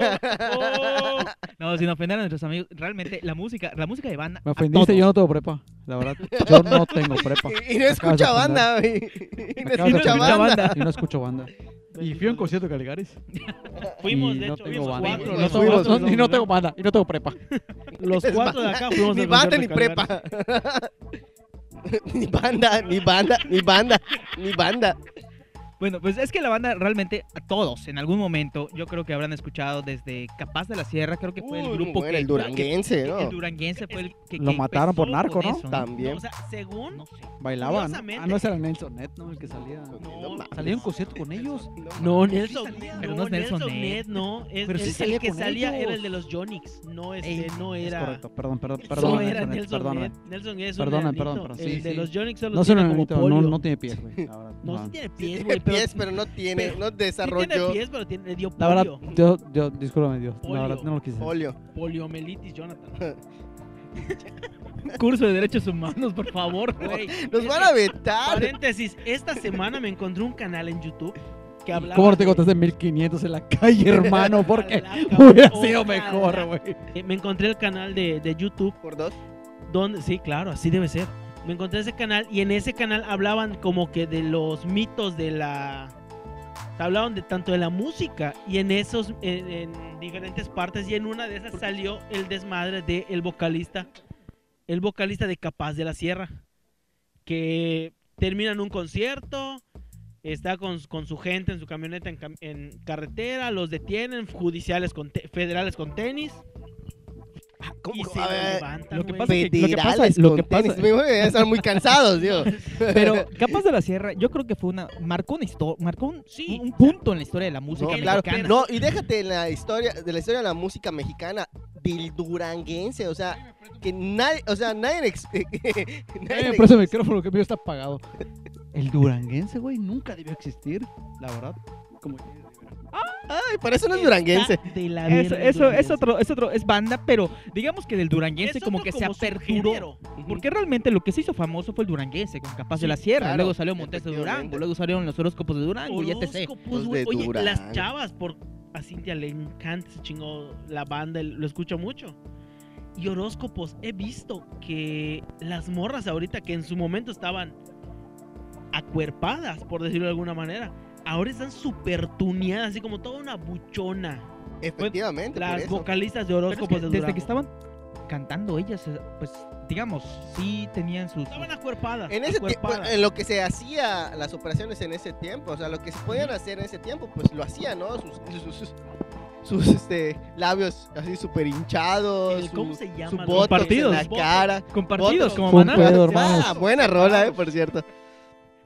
S8: Oh,
S7: No, sin ofender a nuestros amigos. Realmente, la música, la música de banda.
S9: Me
S7: a
S9: ofendiste,
S7: todos.
S9: yo no tengo prepa. La verdad, yo no tengo prepa.
S10: Y, y no escucha
S9: Acabas de
S10: banda, güey. Y no
S9: Me acabas de
S10: escucha
S9: ofender.
S10: banda.
S9: Y no escucho banda. Y fui a un concierto de Caligaris.
S8: fuimos,
S9: Y
S8: de
S9: no
S8: hecho,
S9: tengo
S8: fuimos
S9: banda.
S8: cuatro.
S10: No
S8: los
S10: fuimos,
S8: cuatro
S9: No,
S8: fuimos,
S9: y no
S8: ¿verdad?
S9: tengo banda, y no tengo prepa.
S8: Los
S10: Es
S8: cuatro de acá fuimos
S10: Ni
S8: al
S10: banda
S8: concierto
S10: ni
S8: de Calgary.
S10: prepa. ni banda, ni banda, ni banda, ni banda.
S7: Bueno, pues es que la banda realmente a todos en algún momento yo creo que habrán escuchado desde Capaz de la Sierra, creo que fue el
S10: Uy,
S7: grupo
S10: bueno,
S7: que
S10: el duranguense,
S7: que-
S10: ¿no?
S7: El duranguense fue el que
S9: Lo
S7: que
S9: mataron por
S7: empezó
S9: narco,
S7: con
S9: ¿no?
S7: eso,
S10: También.
S8: O sea, según
S7: No sé.
S9: Bailaban.
S8: Curiosamente.
S9: Ah, no, ese era Nelson Net, ¿no? El que salía.
S10: No mames.
S9: Salía a un concierto con ellos.
S8: No,
S9: Sí
S8: Nelson,
S9: salía,
S8: no,
S7: pero no es Nelson
S8: Nelson
S7: Ned.
S8: Ned, no. Es,
S9: Pero sí
S8: el-
S9: salía
S8: el que
S9: con
S8: salía
S9: ellos.
S8: era el de los Jonix, no este,
S9: Ey,
S8: no
S9: Es
S8: era.
S9: correcto, perdón, perdón,
S8: no
S9: perdón.
S8: era
S9: Nelson Net,
S8: Nelson
S9: perdóname.
S8: Ned. Nelson es un
S9: Perdona,
S8: enanito.
S9: perdón, pero sí,
S8: el de
S9: sí.
S8: los Jonix solo tiene
S9: No suena
S8: como
S9: bonito, no,
S8: polio.
S9: no tiene pies, güey. la verdad,
S8: No, sí
S9: no.
S8: tiene
S10: Sí
S8: pies,
S10: tiene
S8: güey, pero
S10: pies, pero no tiene,
S8: pero-
S10: no
S8: Sí tiene
S10: desarrolló
S8: pies, pero tiene, le dio
S9: La
S8: polio.
S9: verdad, yo, yo, discúlpame Dios,
S8: Polio.
S9: la verdad no lo quise. hacer.
S10: polio.
S8: Poliomielitis, Jonathan.
S7: Curso de Derechos Humanos, por favor, güey.
S10: Nos van a vetar.
S8: Paréntesis, esta semana me encontré un canal en YouTube que hablaba...
S9: ¿Cómo no te
S8: de-
S9: contaste 1500 en la calle, hermano? Porque
S8: Ojalá, cabrón,
S9: hubiera sido
S8: ojalá.
S9: mejor, güey.
S8: Eh, Me encontré el canal de, de YouTube
S10: Por dos.
S8: donde... Sí, claro, así debe ser. Me encontré ese canal y en ese canal hablaban como que de los mitos de la... Hablaban de tanto de la música y en esos, en, en diferentes partes y en una de esas salió el desmadre del el vocalista, el vocalista de Capaz de la Sierra, que termina en un concierto, está con, con su gente en su camioneta en, cam- en carretera, los detienen, judiciales con te- federales con tenis.
S10: ¿Cómo?
S8: Y se
S10: A ver,
S8: levantan,
S7: lo que
S8: güey.
S7: pasa es que- lo que pasa-
S10: Federales
S7: lo
S10: con
S7: que pasa-
S10: tenis. Me imagino que deben estar muy cansados, digo.
S7: Pero Capaz de la Sierra, yo creo que fue una marcó una historia, marcó un,
S8: Sí.
S7: un punto en la historia de la
S10: No,
S7: música
S10: claro.
S7: mexicana.
S10: No, y déjate en la historia, de la historia de la música mexicana, del duranguense, o sea, que nadie, o sea, nadie, ex- nadie
S9: Eh,
S10: ex-
S9: por eso el micrófono que mío está apagado. El duranguense, güey, nunca debió existir, la verdad. Como que-
S10: Ay, para eso no es duranguense.
S8: Está de la
S7: Eso,
S8: verga el
S7: eso es
S8: duranguense.
S7: otro, es otro, es banda, pero digamos que del duranguense
S8: Es
S7: como
S8: otro
S7: que se aperturó.
S8: subgénero.
S7: Porque realmente lo que se hizo famoso fue el duranguense con Capaz de la Sierra.
S10: claro,
S7: luego salió Montes de Durango,
S10: efectivamente.
S7: luego salieron los horóscopos de Durango y etc.
S8: Horóscopos,
S10: Los
S8: güey.
S10: de
S8: Oye, las
S10: Durango.
S8: chavas, por a Cintia le encanta, se chingó la banda, lo escucho mucho. Y horóscopos, he visto que las morras ahorita que en su momento estaban acuerpadas, por decirlo de alguna manera, ahora están súper tuneadas, así como toda una buchona.
S10: Efectivamente, por
S8: Las
S10: eso.
S8: vocalistas de
S7: Pero es que
S8: horóscopos de
S7: desde
S8: Durango.
S7: que estaban cantando ellas, eh, pues digamos, sí tenían sus...
S8: Estaban acuerpadas.
S10: En ese tiempo,
S8: acuerpadas.
S10: en lo que se hacía las operaciones en ese tiempo, o sea, lo que se podían hacer en ese tiempo, pues lo hacían, ¿no? Sus, sus, sus- sus, este, labios así súper hinchados,
S8: El-
S10: su,
S8: ¿Cómo se llama?
S10: su
S8: Los
S10: botox
S7: partidos.
S10: en la
S8: Botox.
S10: cara.
S7: Compartidos
S10: Botox.
S7: como
S9: Con
S7: maná.
S9: Pedro, hermanos.
S10: Ah, buena rola, eh, por cierto.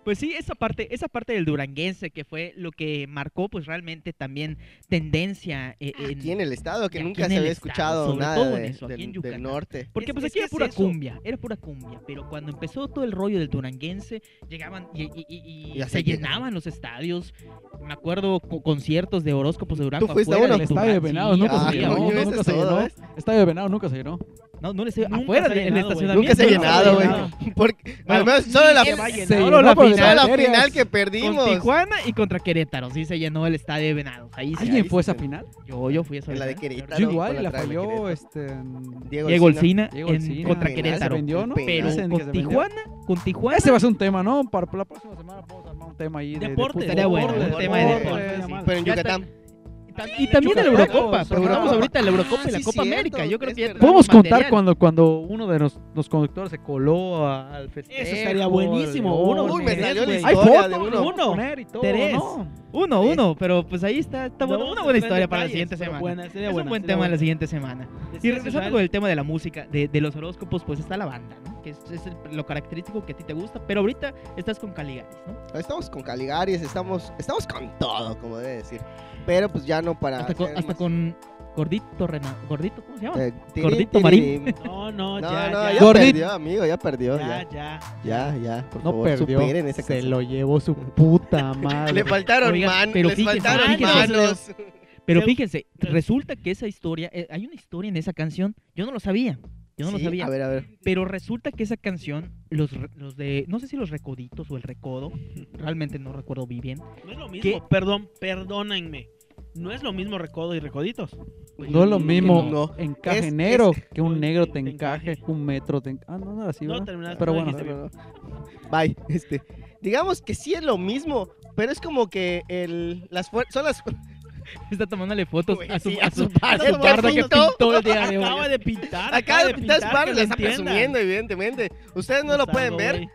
S7: Pues sí, esa parte, esa parte del duranguense que fue lo que marcó pues realmente también tendencia eh, en...
S10: Aquí en el estado, que
S7: y aquí
S10: nunca
S7: en
S10: se
S7: el
S10: había
S7: estado,
S10: escuchado
S7: sobre
S10: nada
S7: todo en
S10: de-
S7: eso, aquí en
S10: del, del
S7: Yucatán.
S10: norte.
S7: Porque
S8: Es-
S7: pues
S8: es que
S7: aquí era
S8: es
S7: pura
S8: eso.
S7: cumbia, era pura cumbia, pero cuando empezó todo el rollo del duranguense, llegaban y, y- y- y
S10: Y
S7: se
S10: así
S7: llenaban los estadios. Me acuerdo co- conciertos de horóscopos de Durango
S10: fuiste a
S7: afuera
S10: uno?
S9: El
S7: del
S9: estadio de
S7: Durán,
S9: Venados
S7: sí,
S9: nunca
S10: ah,
S9: se
S7: había
S9: llenó,
S10: coño,
S7: uno.
S10: ese
S9: nunca
S10: es
S9: se
S10: todo,
S9: llenó.
S10: ¿ves?
S9: Estadio de Venado nunca se llenó.
S7: No, no le estoy
S8: Nunca
S7: afuera
S8: se ha
S7: del
S8: llenado, güey.
S7: estacionamiento.
S10: Nunca
S8: Nunca
S10: se ha
S8: se ha
S10: llenado, güey.
S8: llenado.
S10: Porque, al menos solo la,
S7: Se va a
S10: solo
S7: llenar.
S9: llenó
S7: la
S9: por el
S7: final
S10: la
S9: Valerias.
S10: final que
S7: con
S10: perdimos.
S7: Tijuana y contra Querétaro. Sí se llenó el estadio de Venados. Ahí sí.
S9: ¿Alguien
S10: ahí
S9: fue a
S10: sí
S9: esa
S10: se-
S9: final?
S7: Yo, yo fui a esa
S10: En la de
S7: final.
S10: Querétaro.
S9: Yo
S10: con
S9: igual, la
S10: traga de
S9: falló
S10: Querétaro.
S9: este...
S7: Diego Olcina
S9: Diego
S7: en-
S9: Olcina.
S7: contra
S10: Penal,
S7: Querétaro.
S9: se vendió, ¿no?
S7: Pero
S9: Penal.
S7: con
S9: Dicen que se
S7: Tijuana, con Tijuana.
S9: Ese va a ser un tema, ¿no? Para la próxima semana podemos armar un tema ahí de- de
S8: Deportes,
S9: fútbol,
S7: estaría bueno,
S9: de
S7: un tema de deportes,
S9: la
S7: sí.
S9: madre.
S10: Pero en
S7: Ya
S10: Yucatán.
S7: y también la
S9: Yucatán,
S7: Eurocopa.
S9: Tacos,
S7: Pero hablamos
S9: Eurocopa.
S7: ahorita de la Eurocopa y
S10: Ah,
S7: la
S10: sí,
S7: Copa
S10: cierto,
S7: América. Yo creo
S10: es
S7: que ya
S10: verdad.
S9: Podemos
S7: tenemos
S9: contar
S7: material.
S9: cuando, cuando uno de los, los conductores se coló a- al festejo.
S8: Eso estaría buenísimo.
S9: al
S8: Uno,
S9: león,
S10: Uy, me
S9: eh.
S8: tres,
S10: salió la
S8: güey.
S9: Hay
S10: historia de
S9: fotos,
S10: uno.
S9: uno, poner y todo,
S7: Tres.
S9: ¿no?
S7: Uno, uno. Pero pues ahí está. Está bueno,
S8: No vamos
S7: una
S8: a entrar
S7: buena
S8: en
S7: historia para la
S8: detalles,
S7: siguiente
S8: pero
S7: semana.
S8: buena, sería
S7: es un
S8: buena,
S7: buen
S8: sería
S7: tema la
S8: buena.
S7: siguiente semana. Y regresando con el tema de la música, de, de los horóscopos, pues está la banda, ¿no? Que es, es el- lo característico que a ti te gusta, pero ahorita estás con Caligaris, ¿no?
S10: Estamos con Caligaris, estamos, estamos con todo, como debe decir. Pero pues ya no para.
S7: hasta con,
S10: ser
S7: hasta
S10: más-
S7: con Gordito Renato. ¿Gordito? ¿Cómo se llama?
S10: eh, tirín,
S7: Gordito
S10: tirín.
S8: No, no,
S10: No,
S8: ya,
S10: no, ya
S8: ya.
S9: Gordito.
S10: perdió, amigo, ya perdió. Ya,
S8: Ya, ya.
S10: ya, ya. Por
S9: No
S10: favor,
S9: perdió,
S10: Oh, superen esa
S9: Se
S10: canción.
S9: lo llevó su puta madre.
S10: Le faltaron
S7: Oigan,
S10: manos.
S7: pero
S10: Les
S7: fíjense,
S10: faltaron
S7: fíjense.
S10: manos.
S8: Creo-
S7: Pero fíjense, resulta que esa historia, eh, hay una historia en esa canción, yo no lo sabía, yo no lo
S10: Sí,
S7: sabía,
S10: A ver, a ver.
S7: pero resulta que esa canción, los, re- los de, no sé si los recoditos o el recodo, realmente no recuerdo muy bien,
S8: No es lo mismo.
S7: ¿Qué?
S8: Perdón, perdónenme. No es lo mismo recodo y recoditos.
S9: Pues No es lo mismo
S10: No.
S9: encaje
S10: Es-
S9: negro que un negro te
S8: Te
S9: encaje,
S8: encaje.
S9: un metro te encaje. Ah, no, no era así,
S8: No
S9: ¿verdad?
S8: terminaste.
S9: Pero
S8: no
S9: bueno.
S10: No,
S8: dijiste bien.
S10: no, no. Bye. Este. Digamos que sí es lo mismo, pero es como que el, las fuer- son las
S7: está tomándole fotos
S10: Güey,
S7: a su,
S10: sí,
S7: a
S10: a
S7: su,
S10: su
S7: a su
S10: barba
S7: barba
S10: que
S7: que
S10: pintó.
S7: pintó el día de hoy.
S8: Acaba de pintar.
S10: Acá de pintar
S8: que
S10: barba
S8: lo
S10: le está
S8: entiendan.
S10: presumiendo, evidentemente. Ustedes no lo
S8: Gustavo,
S10: pueden ver,
S8: güey.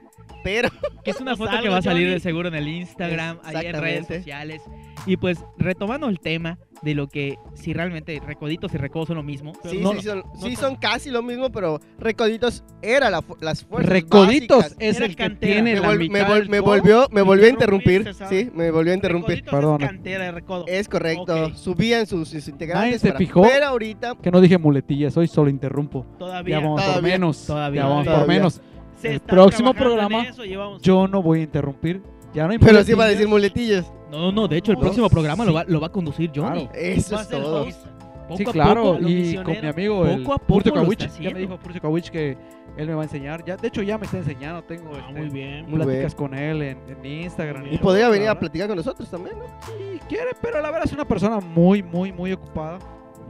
S10: pero
S7: Que es una
S8: Pues
S7: foto que
S8: algo,
S7: va a salir de
S8: Johnny.
S7: seguro en el Instagram, ahí en redes
S10: Exactamente.
S7: sociales. Y pues retomando el tema de lo que si realmente recoditos y recodos son lo mismo.
S10: sí,
S7: no,
S10: sí, son, sí son casi lo mismo, pero Recoditos era la, fu- las fuerzas
S9: Recoditos
S10: básicas.
S9: es
S8: Era
S9: el que
S8: cantera.
S9: tiene
S10: Me,
S9: la
S10: vol-
S9: mitad
S10: me vol-
S9: del
S10: me
S9: codo.
S10: volvió, me volvió a
S8: Interrumpirse,
S10: interrumpir,
S8: ¿sabes?
S10: sí, me volvió a interrumpir.
S8: Recoditos
S9: Perdón.
S8: Es cantera de recodo.
S10: Es correcto,
S8: Ok.
S10: subían sus, sus integrantes.
S9: se
S10: para-
S9: fijó.
S10: Pero ahorita
S9: Que no dije muletillas, hoy solo interrumpo.
S8: Todavía.
S9: Ya vamos por
S10: Todavía,
S9: menos.
S7: todavía,
S9: ya vamos por
S10: todavía.
S9: menos.
S8: Se
S9: el
S8: está
S9: próximo
S8: trabajando en
S9: programa-
S8: eso y vamos-
S9: Yo no voy a interrumpir. Ya no hay
S10: Pero sí va a
S9: muletillas.
S10: decir muletillas.
S7: no, no, de hecho el
S8: No,
S7: próximo programa lo
S8: sí.
S7: va, lo va a conducir Johnny.
S9: Claro.
S10: Eso
S8: Va a
S10: es
S8: ser
S10: todo.
S8: host.
S7: Poco
S9: Sí,
S7: a
S9: claro,
S7: poco, lo
S9: y
S7: misionero.
S9: con mi amigo el
S7: Poco a poco
S9: Purcio
S7: lo está
S9: Kawich, ya
S7: haciendo.
S9: me dijo Purcio Kawich que él me va a enseñar, ya de hecho ya me está enseñando, tengo
S8: Ah,
S9: este,
S8: muy bien.
S10: Muy
S9: pláticas con él en, en Instagram.
S8: Y
S10: Y
S9: todo,
S10: podría venir a
S9: ¿verdad?
S10: platicar con nosotros también, ¿no?
S9: Sí, quiere, pero la verdad es una persona muy, muy, muy ocupada.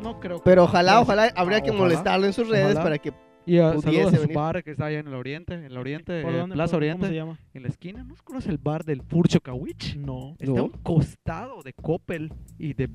S9: No creo. que-
S10: Pero ojalá,
S9: Pero-
S10: ojalá, habría que
S9: Ojalá.
S10: molestarlo en sus redes
S9: Ojalá.
S10: para que
S9: Y ah,
S10: pudiese
S9: saludos a su
S10: venir.
S9: bar que está allá en el oriente, en el oriente,
S8: ¿Por
S9: eh,
S8: dónde?
S9: Plaza
S8: ¿Por- ¿Cómo se
S9: Oriente,
S8: llama?
S9: en la esquina. ¿No conoces el bar del Purcio Kawich?
S8: No.
S9: Está a un costado de Coppel y de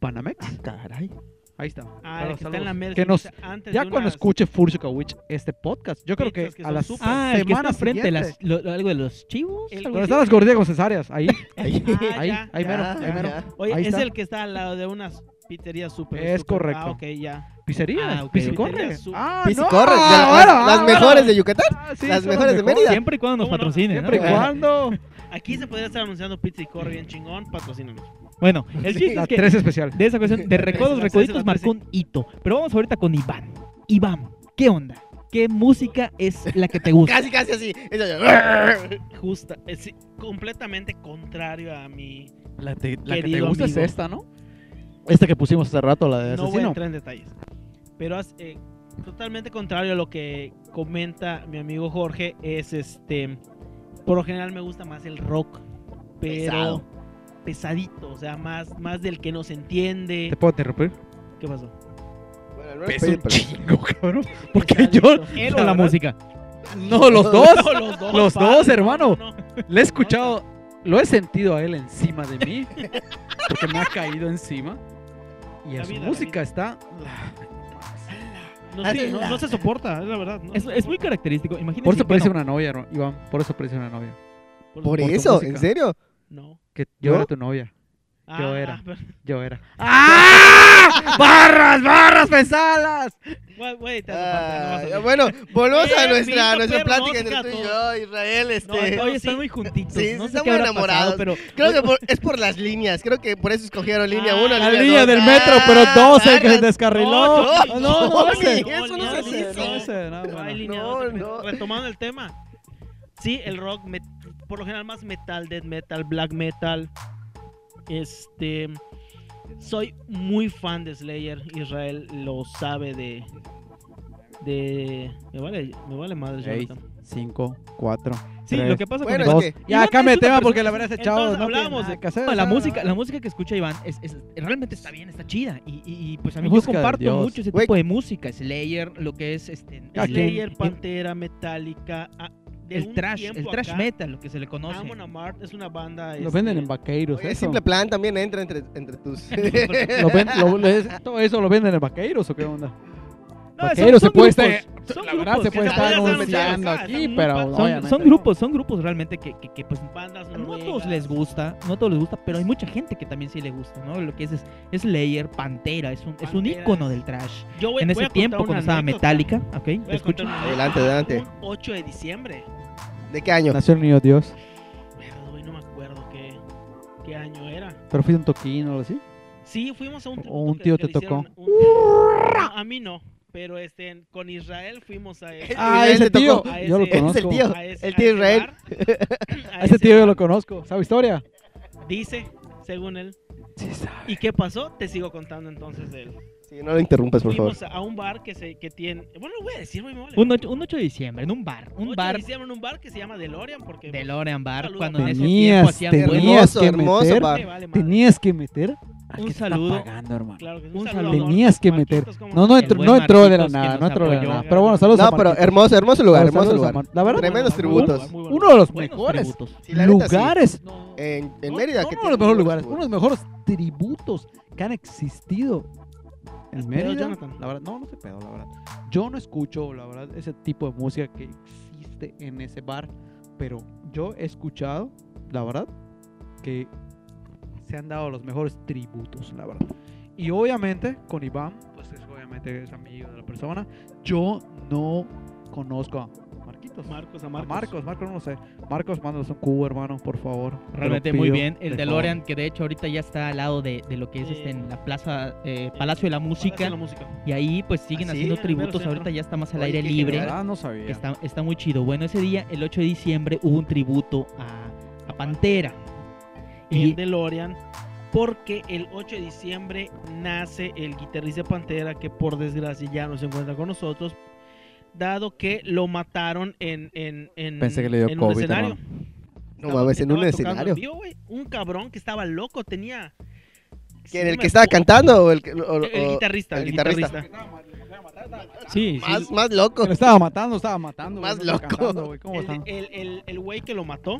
S9: Panamex.
S10: ah, Caray.
S9: Ahí está.
S8: Ah,
S9: Pero
S8: el que está
S9: saludos.
S8: en la mesa.
S9: Que nos-
S8: antes
S9: ya
S8: de
S9: cuando
S8: unas-
S9: escuche Furcio Kawich este podcast, yo creo que,
S8: Pizzas que
S9: a
S8: son
S9: las
S8: súper.
S7: Ah, el que
S9: semanas
S7: está frente,
S9: siguientes-
S7: las, lo- lo- algo de los chivos.
S8: El-
S7: algo
S9: Donde
S7: así.
S9: están las gorditas con cesáreas, ahí,
S10: Ahí.
S8: Ah,
S9: ahí,
S8: ya,
S9: ahí
S8: ya.
S9: mero,
S10: Ya,
S9: ahí mero.
S10: ya.
S8: Oye,
S9: Ahí
S8: es
S9: está.
S8: el que está al lado de unas pizzerías súper.
S9: Es
S8: súper-
S9: correcto.
S8: Ah, ok, ya.
S9: Pizzería, pues,
S7: Ah, ok.
S9: Pizzicorre.
S8: Pizzería,
S9: Ah,
S10: Pizzicorre,
S9: no,
S10: de la-
S9: ah, bueno,
S10: las, las
S9: ah, bueno.
S10: mejores de Yucatán.
S9: Ah, sí,
S10: las
S9: son
S10: mejores de Mérida.
S7: Siempre y cuando nos
S8: ¿Cómo no?
S7: patrocinen. ¿no?
S9: Siempre y cuando.
S8: Aquí se podría estar anunciando pizza y corre bien chingón. Patrocínanos.
S7: Bueno, el chiste
S9: La
S7: es que
S9: 3 especial.
S7: de esa cuestión de recodos,
S8: la-
S7: recoditos
S8: la-
S7: marcó un hito. Pero vamos ahorita con Iván. Iván, ¿qué onda? ¿Qué música es la que te gusta?
S10: Casi, casi así. Eso-
S9: Pues
S8: Justa. Es sí, completamente contrario a mi.
S9: La,
S8: que te gusta es
S9: esta, ¿no? Esta que pusimos hace rato, la de
S8: No voy a
S9: asesino.
S8: entrar en detalles. Pero as- eh, totalmente contrario a lo que comenta mi amigo Jorge, es este. Por lo general me gusta más el rock. Pero.
S10: Pesado.
S8: Pesadito. O sea, más, más del que no se entiende.
S9: ¿Te puedo interrumpir?
S8: ¿Qué pasó?
S10: Bueno, no les pedí permiso.
S9: chingo, cabrón. Porque yo
S7: ¿Él o la música?
S9: No, los dos.
S8: No, los dos.
S9: Los
S8: padre,
S9: dos, hermano.
S8: no, no.
S9: Le he escuchado, lo he sentido a él encima de mí, porque me ha caído encima. Y
S8: La
S9: en su
S8: vida, la
S9: música
S8: vida.
S9: está.
S8: No, sí, no- no se soporta, es la verdad. no
S7: Es,
S8: se
S7: es muy
S8: soporta.
S7: característico. Imagínense,
S9: Por eso parece
S7: bueno,
S9: una novia, ¿no? Iván. Por eso parece una novia.
S10: Por
S9: tu
S10: eso, ¿en
S9: música.
S10: serio?
S8: No.
S9: Que yo
S10: ¿No?
S9: era tu novia. Yo
S8: Ah,
S9: era.
S8: pero-
S9: Yo era. ¡Ah! ¡Barras, barras pesadas!
S8: Güey, güey, te hace falta, no vas a
S10: Ah,
S8: ver.
S10: bueno, volvamos a
S8: Eh,
S10: nuestra,
S8: pinto
S10: nuestra
S8: perro,
S10: plática
S8: no,
S10: entre tú y
S8: gato.
S10: yo, Israel.
S8: No,
S10: Este,
S8: no,
S7: Oye,
S8: sí.
S7: están muy juntitos.
S10: Sí,
S7: no
S10: sí,
S7: sé
S10: están
S7: qué
S10: muy
S7: habrá pasado,
S10: enamorados.
S7: pero
S10: Creo que por- es por las líneas. Creo que por eso escogieron línea ah,
S8: Ah,
S10: 1.
S9: La línea del metro, pero dos se descarriló.
S10: No,
S9: No, no,
S10: no,
S9: ese.
S10: eso no
S9: No,
S10: se
S9: ese,
S10: dice.
S9: no, ese, no,
S8: No hay
S9: bueno.
S8: línea,
S10: No,
S8: no te-
S10: no.
S8: Retomando el tema. Sí, el rock, met- por lo general más metal, death metal, black metal. Este. Soy muy fan de Slayer. Israel lo sabe de. de... Me vale, me vale madre.
S9: Seis,
S8: ahorita.
S9: cinco, cuatro.
S7: Sí,
S9: tres,
S7: lo que pasa
S10: Bueno,
S7: con
S9: dos.
S10: es que-
S9: Ya
S7: Iván
S9: cambia
S7: es
S9: de
S7: una
S9: tema
S7: persona-
S9: porque la verdad ese chavo
S8: Entonces,
S9: no tiene
S8: hablamos
S9: nada
S8: de-
S9: que hacer,
S7: No, la
S9: ¿sabes?
S7: música, la música que escucha Iván es, es- realmente está bien, está chida. Y, y- y, pues a mí
S9: Busca
S7: yo
S9: de
S7: comparto
S9: Dios.
S7: mucho ese
S10: Güey.
S7: tipo de música. Slayer, lo que es este
S9: ¿A quién?
S8: Slayer, Pantera, Metallica... ah, de
S7: el
S8: un
S7: trash, el
S8: tiempo
S7: trash
S8: acá,
S7: metal, lo que se le conoce.
S8: Amon Amarth es una banda...
S9: Lo venden en
S8: este,
S9: vaqueiros.
S10: Oye,
S9: eso.
S10: simple plan también entra entre, entre tus.
S9: Lo ven- lo- lo- es- todo eso lo venden en vaqueiros o qué onda.
S7: No, son-
S9: vaqueiros se
S7: son
S9: puede
S7: grupos,
S9: estar-
S7: son
S9: la verdad se puede
S7: grupos,
S10: que se
S9: estar
S10: vayan a
S9: anunciando
S8: anunciar.
S9: aquí,
S8: Son-
S9: pero
S8: son-
S7: Son,
S9: obviamente
S7: son
S9: no.
S7: grupos, son grupos realmente que, que, que, pues
S8: Bandas
S7: no a
S8: noruegas.
S7: todos les gusta, no a todos les gusta, pero hay mucha gente que también sí le gusta, ¿no? Lo que es, es es Slayer, Pantera, es un, es un
S8: Pantera.
S7: ícono del trash.
S8: Yo voy-
S7: En
S8: voy
S7: ese
S8: a contar
S7: tiempo
S8: una
S7: cuando estaba
S8: anécdota.
S7: Metallica, ¿ok? Te
S8: Voy a contar
S7: escucho.
S8: una
S10: Adelante,
S8: anécdota.
S10: adelante.
S8: Un 8 de diciembre.
S10: ¿De qué año?
S9: Nació el niño Dios.
S8: Mierda, güey, no me acuerdo qué, qué año era.
S9: Pero fui un toquín o algo así.
S8: Sí, fuimos a un tributo
S9: O un
S8: que-
S9: tío
S8: que
S9: te
S8: le hicieron
S9: tocó.
S8: un- No, a mí no, pero este, con Israel fuimos a ese,
S9: Ah,
S10: Israel
S9: ese
S10: te
S9: tío.
S10: tocó.
S8: A
S9: Yo lo
S8: ese-
S9: conozco.
S10: Es el tío.
S8: a ese-
S10: El
S8: a
S10: tío
S8: ese
S10: Israel.
S8: bar, a
S9: A ese tío yo
S8: bar,
S9: lo conozco. ¿Sabe historia?
S8: Dice, según él.
S9: Sí, sabe.
S8: ¿Y qué pasó? Te sigo contando entonces de él.
S10: Sí, no lo interrumpas, por favor.
S8: Fuimos a un bar que se que tiene. Bueno, lo voy a decir, güey, me vale.
S7: Un 8, un 8 de diciembre, en un bar, un
S8: 8
S7: bar
S8: de diciembre en un bar que se llama DeLorean porque
S7: de Lorean Bar,
S8: Saludo,
S7: cuando en ese tiempo
S9: Tenías,
S7: hacían buenos-
S9: tenías
S10: Hermoso,
S9: que
S10: hermoso,
S9: meter.
S10: pa-
S8: Me vale madre.
S9: Tenías que meter. al
S7: Un
S9: que está
S7: saludo.
S9: pagando, hermano.
S8: Claro que sí,
S7: Un
S8: un
S7: saludo.
S8: saludo.
S9: Tenías que
S8: Marquitos,
S9: meter.
S8: ¿cómo
S9: No, no
S7: El
S9: entró,
S7: buen
S9: no entró de la
S7: Marquitos que
S9: nada,
S7: nos
S9: no entró de la
S7: apoyó.
S9: nada. Pero bueno, saludos a
S10: No, pero
S9: Marquitos.
S10: hermoso, hermoso lugar,
S9: Saludos,
S10: hermoso
S9: saludos a
S10: lugar.
S9: Mar- La verdad,
S10: Tremendos
S8: Muy bueno,
S10: tributos.
S8: muy bueno.
S9: uno de los
S7: buenos
S9: mejores
S7: tributos.
S10: Sí, la neta, sí.
S9: lugares.
S10: En, en
S9: No,
S10: Mérida.
S9: no, uno de los
S10: que tiene
S9: mejores
S10: buenos
S9: lugares, uno de
S10: tributos.
S9: los mejores tributos que han existido en Mérida.
S8: Jonathan.
S9: La verdad, no, no se pedo, la verdad. Yo no escucho, la verdad, ese tipo de música que existe en ese bar, pero yo he escuchado, la verdad, que se han dado los mejores tributos, la verdad. Y obviamente, con Iván, pues es, obviamente es amigo de la persona. Yo no conozco a Marquitos.
S8: Marcos a
S9: Marcos.
S8: Marcos.
S9: Marcos, Marcos, no lo sé. Marcos, mándanos un cubo, hermano, por favor. Te lo
S7: Realmente muy
S9: pido,
S7: bien. El
S9: por
S7: de
S9: favor.
S7: Lorean, que de hecho ahorita ya está al lado de, de lo que es
S8: Eh,
S7: este, en la plaza, eh, Palacio de la Música.
S8: Palacio de la música.
S7: Y ahí pues siguen
S10: ¿Ah, sí?
S7: haciendo
S8: Al mero
S7: tributos.
S8: centro.
S7: Ahorita ya está más al
S10: Oye,
S7: aire
S10: qué
S7: libre.
S10: genial.
S9: Ah, no
S7: que
S9: sabía.
S7: Está, está muy chido. Bueno, ese día, el 8 de diciembre, hubo un tributo a, a Pantera.
S8: El
S7: Y
S8: DeLorean. Porque el 8 de diciembre nace el guitarrista Pantera, que por desgracia ya no se encuentra con nosotros, dado que lo mataron en, en, en,
S9: Pensé que le dio
S8: en
S9: COVID,
S8: un escenario.
S10: No mames, en un
S8: Estaba tocando
S10: escenario.
S8: en vivo, güey. un cabrón que estaba loco, tenía.
S10: ¿Quién,
S8: Sí,
S10: ¿El
S8: me
S10: que estaba
S8: acuerdo.
S10: cantando o el que.? o-
S8: El, el
S10: o-
S8: guitarrista.
S10: el
S8: El guitarrista.
S7: sí, sí,
S10: Más, más loco.
S9: Que lo estaba matando, estaba matando. güey,
S10: Más
S9: no estaba
S10: loco.
S9: cantando, güey, ¿cómo
S8: El de-
S9: está?
S8: El, el- el güey que lo mató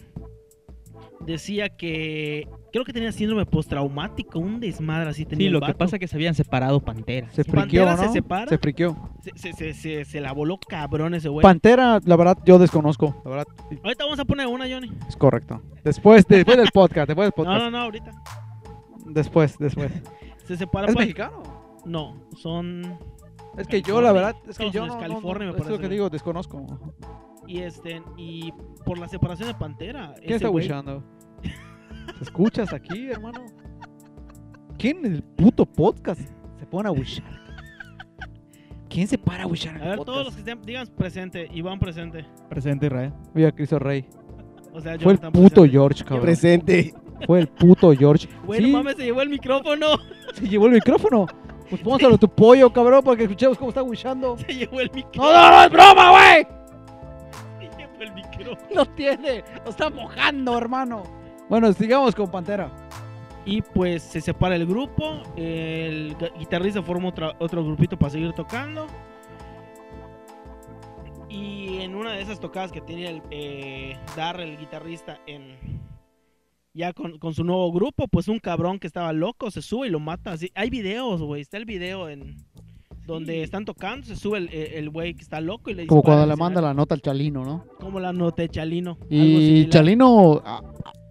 S8: decía que. Creo que tenía síndrome postraumático, un desmadre así tenía.
S7: sí,
S8: el
S7: lo que
S8: vato.
S7: pasa es que se habían separado Pantera.
S9: Se
S8: Pantera
S9: friqueó, ¿no?
S8: se separa.
S9: Se friqueó.
S8: Se, se, se, se- se la voló cabrón ese güey.
S9: Pantera, la verdad, yo desconozco. La verdad,
S8: Ahorita vamos a poner una, Johnny.
S9: es correcto. Después, después del podcast, después
S8: No,
S9: del podcast.
S8: no, no, ahorita.
S9: Después, después.
S8: Se separa.
S9: ¿Es
S8: Pan-
S9: mexicano?
S8: No, son.
S9: Es que yo, la verdad, es que
S8: Estados
S9: yo no,
S8: Unidos,
S9: no, no,
S8: California, me
S9: es lo
S8: parece.
S9: que digo, desconozco.
S8: Y este. Y por la separación de Pantera.
S9: ¿Quién
S8: ese
S9: está
S8: güey-
S9: wishando? ¿Te escuchas aquí, hermano? ¿Quién en el puto podcast se pone a wishar? ¿Quién se para a wishar en
S8: A
S9: el
S8: ver, todos los
S9: podcast?
S8: que estén, digan presente, Iván presente.
S7: Presente Israel.
S9: Viva Cristo Rey.
S8: O sea,
S9: Fue el
S8: Jonathan
S9: puto
S8: presente.
S9: George, cabrón.
S10: Presente.
S9: Fue el puto George.
S8: Güey, no
S9: Sí,
S8: mames, se llevó el micrófono.
S9: se llevó el micrófono. Pues pónselo a tu pollo, cabrón, para que escuchemos cómo está wishando.
S8: Se llevó el micrófono.
S9: ¡No, no, no, es broma, güey!
S8: Se llevó el micrófono.
S9: Lo tiene, lo está mojando, hermano. Bueno, sigamos con Pantera.
S8: Y pues se separa el grupo, el gu- guitarrista forma otra- otro grupito para seguir tocando. Y en una de esas tocadas que tenía el eh, Dar, el guitarrista, en ya con, con su nuevo grupo, pues un cabrón que estaba loco se sube y lo mata. Así. Hay videos, güey, está el video en donde están tocando, se sube el- el el güey que está loco y le
S9: Como
S8: dispara
S9: cuando
S8: en
S9: le
S8: el
S9: manda la nota al Chalino, ¿no?
S8: escenario. Como la nota de Chalino. algo
S9: Y
S8: similar.
S9: Chalino a- a-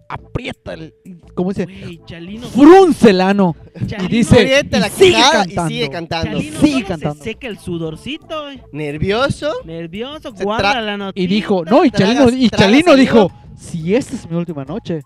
S9: aprieta el. ¿Cómo dice?
S8: Güey, Chalino,
S9: Fruncelano.
S8: Chalino-
S9: dice- Sí,
S10: Aprieta la
S9: y sigue
S10: quijada
S9: cantando.
S10: Y sigue cantando.
S8: Chalino
S9: Sigue
S8: solo
S9: cantando.
S8: se seca el sudorcito, güey.
S10: Nervioso.
S8: Nervioso,
S10: Se
S8: guarda
S10: tra-
S8: la noticia.
S9: Y dijo, no, y
S10: tragas-
S9: Chalino, y
S10: tragas
S9: Chalino
S10: saliva.
S9: dijo, si esta es mi última noche.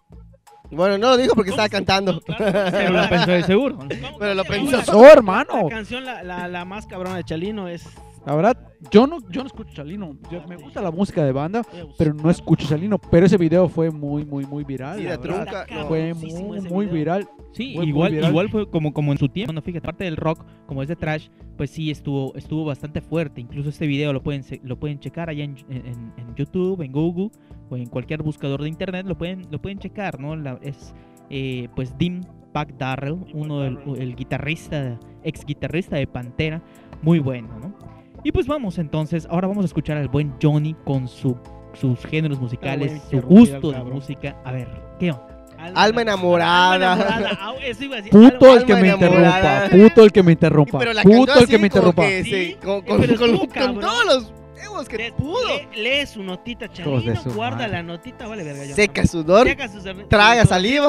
S10: Bueno, no lo dijo porque estaba cantando.
S7: Pero lo pensó de seguro.
S10: Pero lo pensó.
S9: Pensó, hermano.
S8: La canción, la, la, la más cabrona de Chalino es
S9: La verdad, yo no, yo no escucho Chalino. Yo- me gusta la música de banda, pero no escucho Chalino. Pero ese video fue muy, muy, muy viral.
S10: Sí,
S9: la
S10: la
S9: verdad.
S10: trunca. no.
S9: Fue muy, muy viral.
S7: Sí,
S9: Fue muy
S7: igual,
S9: viral.
S7: igual fue como, como en su tiempo, ¿no? Fíjate, parte del rock, como es de trash, pues sí estuvo, estuvo bastante fuerte. Incluso este video lo pueden, se- lo pueden checar allá en, en- en YouTube, en Google o en cualquier buscador de internet, lo pueden, lo pueden checar, ¿no? La- es eh, pues Dim Pack Darrell, uno del, el guitarrista, ex guitarrista de Pantera, muy bueno, ¿no? Y pues vamos entonces, ahora vamos a escuchar al buen Johnny con su, sus géneros musicales, su
S8: interrumpir al
S7: gusto de
S8: cabrón.
S7: música. A ver, ¿qué onda?
S10: Alma enamorada.
S8: Alma enamorada. Ah, eso iba a decir,
S9: Puto
S8: alma-
S9: el que me
S10: Alma enamorada.
S9: interrumpa. Puto el que me
S10: Y
S9: interrumpa.
S10: pero la cantó
S9: Puto el
S10: así
S9: que me
S10: como
S9: interrumpa.
S10: que se-
S8: Sí,
S10: con, con-
S8: pero
S10: con-
S8: estuvo
S10: con
S8: cabrón.
S10: todos los egos que
S8: Le-
S10: pudo.
S8: le- Lee su notita,
S9: Hijos de
S8: Chalino.
S9: su
S8: Guarda
S9: madre.
S8: la notita, vale, verga. yo
S10: Seca
S8: también.
S10: sudor,
S8: Seca sus-
S10: traga
S8: sus-
S10: saliva.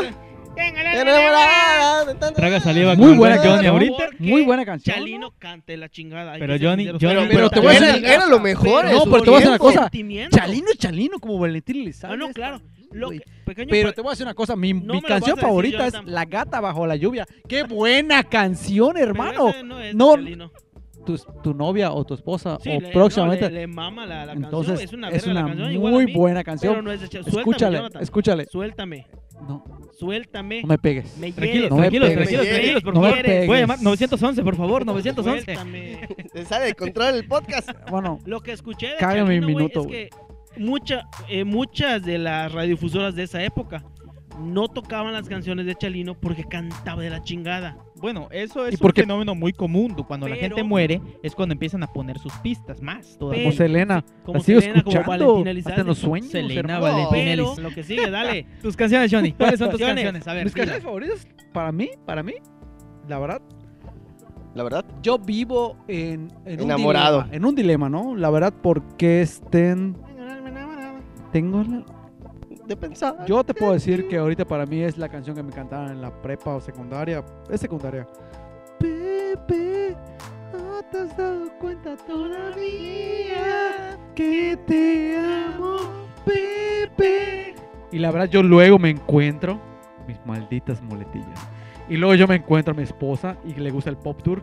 S8: Venga, la- la- la- la-
S10: enamorada.
S7: Traga saliva
S9: Muy
S7: como el
S9: buena
S7: buen Johnny
S9: canción.
S7: ahorita.
S9: Muy buena canción.
S8: Chalino cante la chingada. hay
S7: Pero
S8: que ser
S7: Johnny-
S8: sinceros.
S7: Johnny-
S10: Pero, pero te voy a
S9: Era-
S10: decir, era lo mejor.
S9: No,
S10: en su
S9: pero te voy a decir una
S10: tiempo.
S9: cosa.
S8: Sentimiento.
S9: Chalino es Chalino como Valentín Elizalde.
S8: Ah, no, claro. Lo que- pequeño
S9: Pero
S8: pa-
S9: te voy a decir una cosa, mi,
S8: No
S9: mi
S8: me lo vas a
S9: canción
S8: decir,
S9: favorita es
S8: Jonathan.
S9: La gata bajo la lluvia. ¡Qué buena canción,
S8: pero
S9: hermano!
S8: ese no es
S9: No,
S8: Chalino.
S9: Tu, tu novia o tu esposa
S8: Sí,
S9: o
S8: le-
S9: próximamente.
S8: no, le, le mama la, la
S9: Entonces,
S8: canción. Es una,
S9: es
S8: verga la
S9: una
S8: canción, igual a
S9: muy
S8: mí,
S9: buena
S8: Pero
S9: canción.
S8: no es de Chal-
S9: escúchale,
S8: Suéltame, Jonathan.
S9: escúchale.
S8: Suéltame.
S9: No,
S8: Suéltame.
S9: no me pegues.
S8: Me
S7: Tranquilos,
S9: No me
S8: hieres.
S9: pegues.
S7: tranquilos, tranquilos,
S10: Me
S7: tranquilos,
S10: hieres.
S7: por
S9: No me
S7: favor.
S9: pegues.
S7: Voy a llamar 911, por favor, 911.
S8: Suéltame.
S10: Se sale de control el podcast.
S9: Bueno,
S8: Lo que escuché de
S9: Cágame
S8: Chalino,
S9: mi
S8: güey,
S9: minuto,
S8: es que mucha, eh, muchas de las radiodifusoras de esa época no tocaban las canciones de Chalino porque cantaba de la chingada.
S7: Bueno, eso
S9: ¿Y
S7: es
S9: por
S7: un
S9: qué?
S7: fenómeno muy común. Cuando la gente
S8: Pero-
S7: muere es cuando empiezan a poner sus pistas más. todavía.
S9: como Selena,
S8: Como
S9: la sigo
S8: Selena, como
S9: escuchando
S8: Valentina
S9: hasta en los
S8: Elizalde.
S9: sueños.
S7: Selena
S9: hermano.
S7: Valentín
S8: Pero
S7: Elizalde.
S8: lo que sigue, dale.
S7: Tus canciones, Johnny. ¿Cuáles son tus
S8: Johnny,
S7: canciones? A ver,
S9: Mis
S7: dila.
S9: canciones favoritas, para mí, para mí, la verdad,
S10: La verdad,
S9: yo vivo en, en
S10: Enamorado.
S9: Un dilema, en un dilema, ¿no? La verdad, porque estén... Tengo la...
S10: de pensar.
S9: Yo te puedo decir que ahorita para mí es la canción que me cantaban en la prepa o secundaria. Es secundaria. Pepe, no te has dado cuenta todavía que te amo, Pepe. Y la verdad, yo luego me encuentro mis malditas muletillas. Y luego yo me encuentro a mi esposa y que le gusta el pop tour.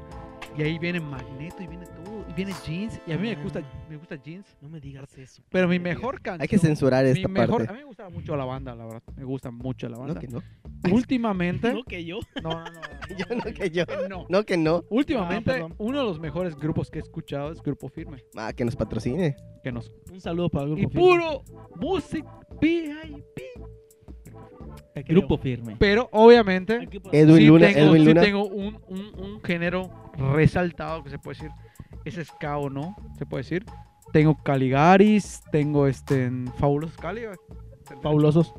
S9: Y ahí viene Magneto y viene todo. Y viene jeans. Y a mí me gusta, me gusta jeans.
S8: No me digas eso.
S9: Pero mi mejor canción.
S10: Hay que censurar
S9: Mi
S10: esta
S9: mejor,
S10: parte.
S9: a mí me gusta mucho la banda, la verdad. Me gusta mucho la
S10: No
S9: banda.
S10: que no.
S9: Últimamente,
S8: No que yo.
S9: no, no, no,
S10: Yo no que yo.
S9: no.
S10: No que no.
S9: Últimamente,
S8: perdón.
S9: uno de los mejores grupos que he escuchado es Grupo Firme,
S10: Ah, que nos patrocine.
S9: que nos
S8: Un saludo para el
S9: y
S8: grupo.
S9: puro music VIP.
S7: Grupo firme.
S9: Pero obviamente
S8: Aquí por-
S10: Edwin
S9: sí
S10: Luna,
S9: tengo,
S10: Edwin
S9: sí
S10: Luna.
S9: tengo un, un- un género resaltado que se puede decir es ska o no, se puede decir. Tengo Caligaris, tengo este en fabulosos Caligaris.
S8: Fabulosos.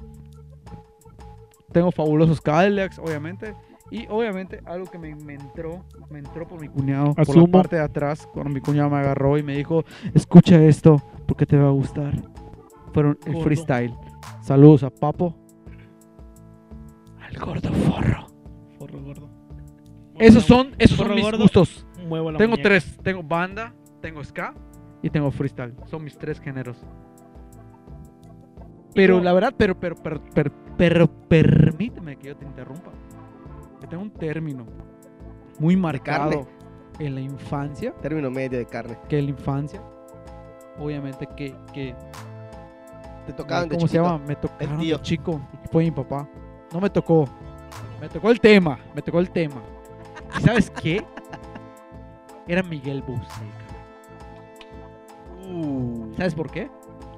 S9: Tengo fabulosos Cadillacs, obviamente. Y obviamente algo que me, me entró, me entró por mi cuñado, por la
S8: Asumo.
S9: parte de atrás, cuando mi cuñado me agarró y me dijo, escucha esto, porque te va a gustar. Fueron el
S8: Gordo.
S9: freestyle. Saludos a Papo. Al gordo forro.
S8: Forro gordo.
S9: Esos son, esos
S8: Forro
S9: son mis
S8: gordo.
S9: gustos.
S8: Muevo la
S9: Tengo
S8: muñeca.
S9: tres. Tengo banda, tengo ska y tengo freestyle. Son mis tres géneros. Pero la verdad, pero, pero, pero, pero, pero permíteme que yo te interrumpa. Que tengo un término muy marcado en la infancia.
S10: Término medio de carne.
S9: Que en la infancia, obviamente, que, que
S10: Te tocaban de
S9: ¿Cómo se
S10: chiquito.
S9: llama? Me tocaron de
S10: tío.
S9: chico. Fue mi papá. No me tocó. Me tocó el tema. Me tocó el tema. ¿Y sabes qué? Era Miguel Bosé.
S10: Uh.
S9: cabrón. ¿Sabes por qué?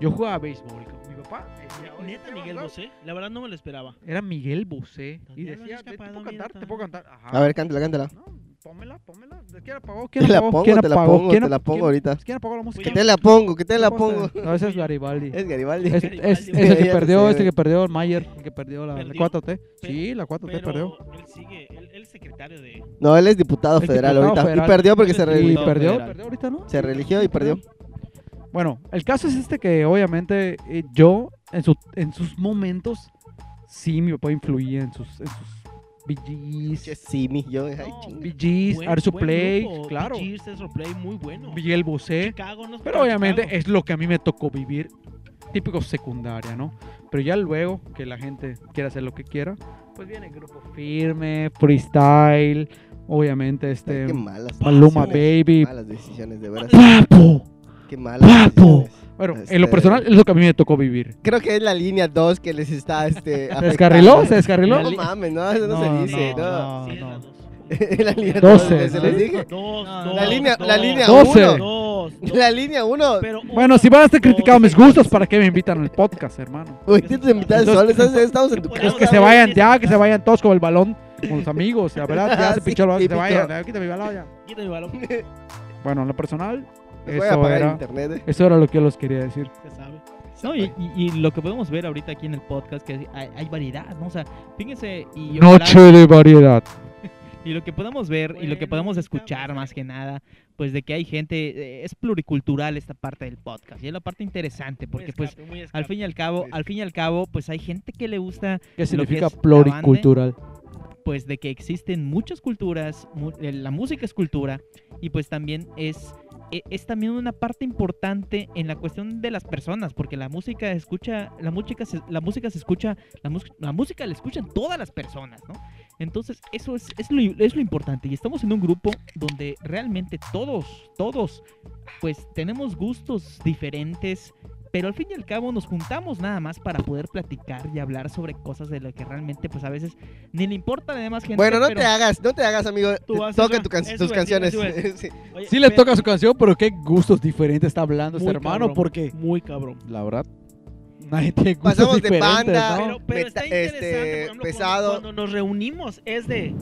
S9: Yo jugaba béisbol. cabrón. Mi papá decía, "Oye,
S8: Neta,
S9: ¿te
S8: Miguel
S9: vas a-?"
S8: Bosé. La verdad no me lo esperaba.
S9: Era Miguel Bosé. Y
S8: Ya lo
S9: decía,
S8: has
S9: "Ve, ¿te
S8: escapado,
S9: puedo cantar?
S8: mierda".
S9: ¿Te puedo cantar? Ajá.
S10: A ver, cántala, cántala.
S9: No, pómela, pómela. ¿Quién la pagó? ¿Quién
S10: Te
S9: la
S10: la
S9: pagó? ¿Quién
S10: pongo, te la pongo,
S9: ¿Quién
S10: te la pongo ahorita.
S9: ¿Quién apagó la música?
S10: Que te la pongo, que te la
S9: ¿Quién apagó
S10: pongo.
S9: esta? No, ese es Garibaldi.
S10: Es Garibaldi.
S9: Es,
S8: Garibaldi,
S9: es-
S8: güey.
S9: es el
S10: Ya
S9: que
S10: te
S9: perdió,
S10: sé,
S9: este
S10: güey.
S9: que perdió el Mayer, el que perdió la, la
S8: Perdió.
S9: 4T. Sí, la 4T
S8: Pero
S9: perdió.
S8: él sigue, él, él es secretario de...
S10: No, él es diputado
S9: Es
S10: federal
S9: diputado
S10: ahorita.
S9: federal.
S10: Y perdió porque se
S7: Es
S9: Y
S10: religió.
S7: diputado.
S9: perdió,
S7: federal.
S9: perdió ahorita, ¿no?
S10: Se religió y perdió.
S9: Bueno, el caso es este que obviamente eh, yo en, su- en sus momentos sí mi papá influía en sus en sus
S10: Che,
S9: BGs,
S10: Sí, mi yo. Ay,
S8: No,
S10: chinga.
S9: BGs,
S8: Buen-
S9: Arzu
S8: buen
S9: Play,
S8: grupo,
S9: claro.
S8: Cheers es Roplay muy bueno.
S9: Miguel Bosé.
S8: Chicago, no es
S9: Pero
S8: para
S9: obviamente
S8: Chicago.
S9: es lo que a mí me tocó vivir, típico secundaria, ¿no? Pero ya luego que la gente quiera hacer lo que quiera, Pues viene grupo firme, freestyle, obviamente
S10: Ay,
S9: este
S10: Qué malas
S9: Paloma
S10: decisiones,
S9: Baby.
S10: Malas decisiones, de verdad.
S9: ¡Papo!
S10: Qué malas
S9: Papo.
S10: decisiones.
S9: Bueno,
S10: Este-
S9: en lo personal es lo que a mí me tocó vivir.
S10: Creo que es la línea 2 que les está este,
S9: ¿Se descarriló? ¿Se
S10: afectando.
S9: descarriló?
S10: No mames, no, eso no, se dice.
S9: No,
S10: No,
S8: Sí,
S9: no.
S8: las dos.
S10: la línea 2,
S9: Doce,
S10: se
S9: ¿no?
S10: les dije.
S8: Dos,
S7: La
S8: dos,
S10: La línea, la
S8: dos,
S10: línea
S9: Doce.
S8: dos,
S10: 1.
S8: dos.
S10: La línea 1.
S8: Pero un-
S9: Bueno, si van a estar
S8: dos,
S9: criticando mis
S8: tres.
S9: gustos, ¿para qué me invitan al podcast, hermano?
S10: Uy, tienes mitad de
S9: Entonces,
S10: sol, estás- estamos en tu
S8: Es
S9: Es
S10: casa.
S9: que se vayan ya, que se vayan todos con el balón, con los amigos, la verdad, ya
S10: Ah,
S9: se
S10: sí,
S9: pinchó el balón, que se
S10: típico.
S9: vayan, ya, quita mi balón ya.
S8: Quita mi balón,
S9: Bueno, en lo personal,
S10: Les voy a
S9: eso
S10: apagar
S9: era,
S10: internet. eh.
S9: eso era lo que yo los quería decir.
S8: ya sabe.
S7: No, y, y- y lo que podemos ver ahorita aquí en el podcast que hay, hay variedad, ¿no? O sea, fíjense y ojalá-
S9: Noche de variedad.
S7: y lo que podamos ver y lo que
S8: Bueno,
S7: podamos
S8: ahorita
S7: escuchar
S8: vamos a-
S7: más que nada, pues de que hay gente eh, es pluricultural esta parte del podcast y es la parte interesante porque
S8: Muy
S7: pues
S8: escape, muy escape.
S7: al fin y al cabo, al fin y al cabo, pues hay gente que le gusta
S9: ¿Qué significa
S7: es la
S9: pluricultural?
S7: pues de que existen muchas culturas, mu- eh, la música es cultura y pues también es e- es también una parte importante en la cuestión de las personas, porque la música escucha, la música se, la música se escucha, la, mus- la música la escuchan todas las personas, ¿no? Entonces, eso es, es, lo, es lo importante. Y estamos en un grupo donde realmente todos, todos, pues tenemos gustos diferentes, pero al fin y al cabo nos juntamos nada más para poder platicar y hablar sobre cosas de lo que realmente, pues a veces ni le importa a la demás gente.
S10: Bueno, no
S7: pero-
S10: te hagas, no te hagas, amigo.
S8: Tú vas,
S10: Toca
S8: Ezra.
S10: tu can-
S8: Eso
S10: tus
S8: iba a decir,
S10: canciones.
S8: eso iba a decir.
S10: Sí.
S8: Oye,
S9: Sí le
S8: ve-
S9: toca su canción, pero qué gustos diferentes está hablando este
S8: Muy
S9: hermano,
S8: cabrón.
S9: porque
S8: Muy cabrón.
S9: la verdad, nadie tiene gustos
S10: Pasamos de
S9: diferentes,
S10: banda,
S9: ¿no?
S8: Pero, pero
S10: Meta-
S8: está interesante, por
S10: este,
S8: ejemplo, cuando-
S10: pesado.
S8: Cuando, nos reunimos, es de,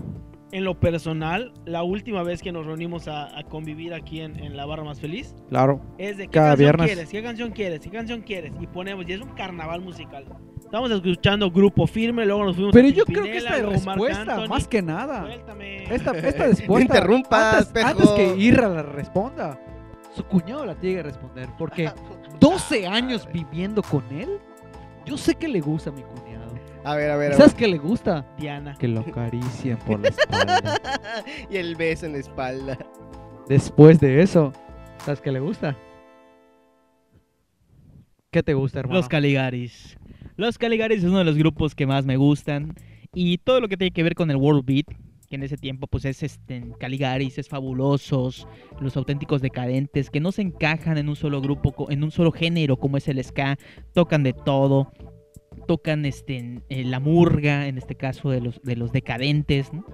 S8: en lo personal, la última vez que nos reunimos a, a convivir aquí en, en La Barra Más Feliz,
S9: Claro.
S8: es de ¿qué
S9: Cada
S8: canción
S9: viernes.
S8: quieres? ¿Qué canción quieres? ¿Qué canción quieres? Y ponemos, y es un carnaval musical. Estamos escuchando Grupo Firme, luego nos fuimos
S9: Pero
S8: a
S9: yo creo que
S8: Pimpinela,
S9: esta
S8: luego Marc
S9: respuesta,
S8: Anthony.
S9: más que nada,
S8: Suéltame.
S9: esta, esta
S10: No
S9: respuesta,
S10: interrumpas,
S9: antes, antes
S10: pejo.
S9: que Irra la responda, su cuñado la tiene que responder, porque 12 años viviendo con él, yo sé que le gusta a mi cuñado.
S10: A ver, a ver, a ver.
S9: ¿Sabes qué le gusta?
S8: Diana.
S9: Que lo acaricien por la espalda.
S10: y el beso en la espalda.
S9: Después de eso, ¿sabes qué le gusta? ¿Qué te gusta, hermano?
S7: Los Caligaris. Los Caligaris es uno de los grupos que más me gustan. Y todo lo que tiene que ver con el World Beat, que en ese tiempo pues es este, Caligaris, es fabulosos, los auténticos decadentes, que no se encajan en un solo grupo, co- en un solo género como es el ska, tocan de todo. Tocan este, en- en la murga, en este caso de los, de los decadentes, ¿no?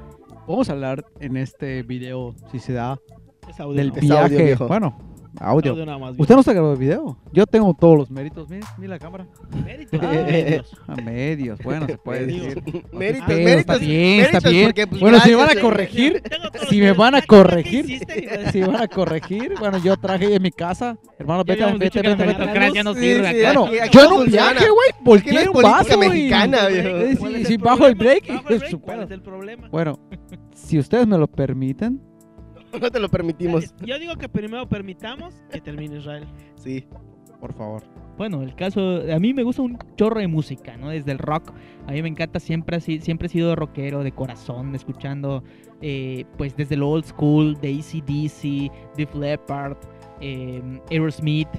S9: Vamos a hablar en este video, si se da,
S8: Es audio,
S9: del
S8: no,
S10: Es audio,
S9: viaje.
S10: viejo.
S9: bueno, audio.
S8: audio nada más.
S9: Usted no está grabando video. Yo tengo todos los méritos. Mira, mira la cámara.
S8: Mérito,
S10: Ah,
S8: ah, méritos.
S9: A medios. Bueno, se puede
S10: Medios.
S9: decir.
S10: Méritos,
S9: Pero
S10: méritos.
S9: Está bien, está
S10: méritos,
S9: bien.
S10: porque, pues,
S9: bueno, si me
S10: gracias,
S9: van a
S10: eh.
S9: corregir,
S8: Tengo todos
S9: Si
S8: los
S9: me van a
S8: videos. Ah, ¿qué
S9: corregir.
S8: hiciste?
S9: si me van a corregir, bueno, yo traje en mi casa. Hermano,
S7: Ya
S9: vete,
S7: habíamos
S9: vete,
S7: dicho que la
S9: vete, vete.
S7: meritocracia no
S10: Sí,
S7: sirve
S10: sí,
S7: acá.
S9: Bueno,
S10: Aquí- aquí
S9: yo en
S10: no
S9: un
S10: funciona.
S9: viaje, güey,
S10: Aquí no
S9: volteé
S10: es
S9: un
S10: política
S9: vaso, güey.
S10: mexicana, viejo.
S9: Sí,
S8: ¿Cuál
S9: eh, sí,
S8: es
S9: sí,
S8: el
S9: bajo el
S8: problema?
S9: break.
S8: Bajo el
S9: es su
S8: break, ¿Cuál
S9: pedo.
S8: es el problema?
S9: Bueno, si ustedes me lo permiten,
S10: No te lo permitimos.
S8: Yo digo que primero permitamos que termine Israel.
S10: Sí.
S9: por favor.
S7: Bueno, el caso, a mí me gusta un chorro de música, ¿no? Desde el rock, a mí me encanta, siempre, así, siempre he sido rockero de corazón, escuchando, eh, pues desde lo old school, de ACDC, Def Leppard, eh, Aerosmith,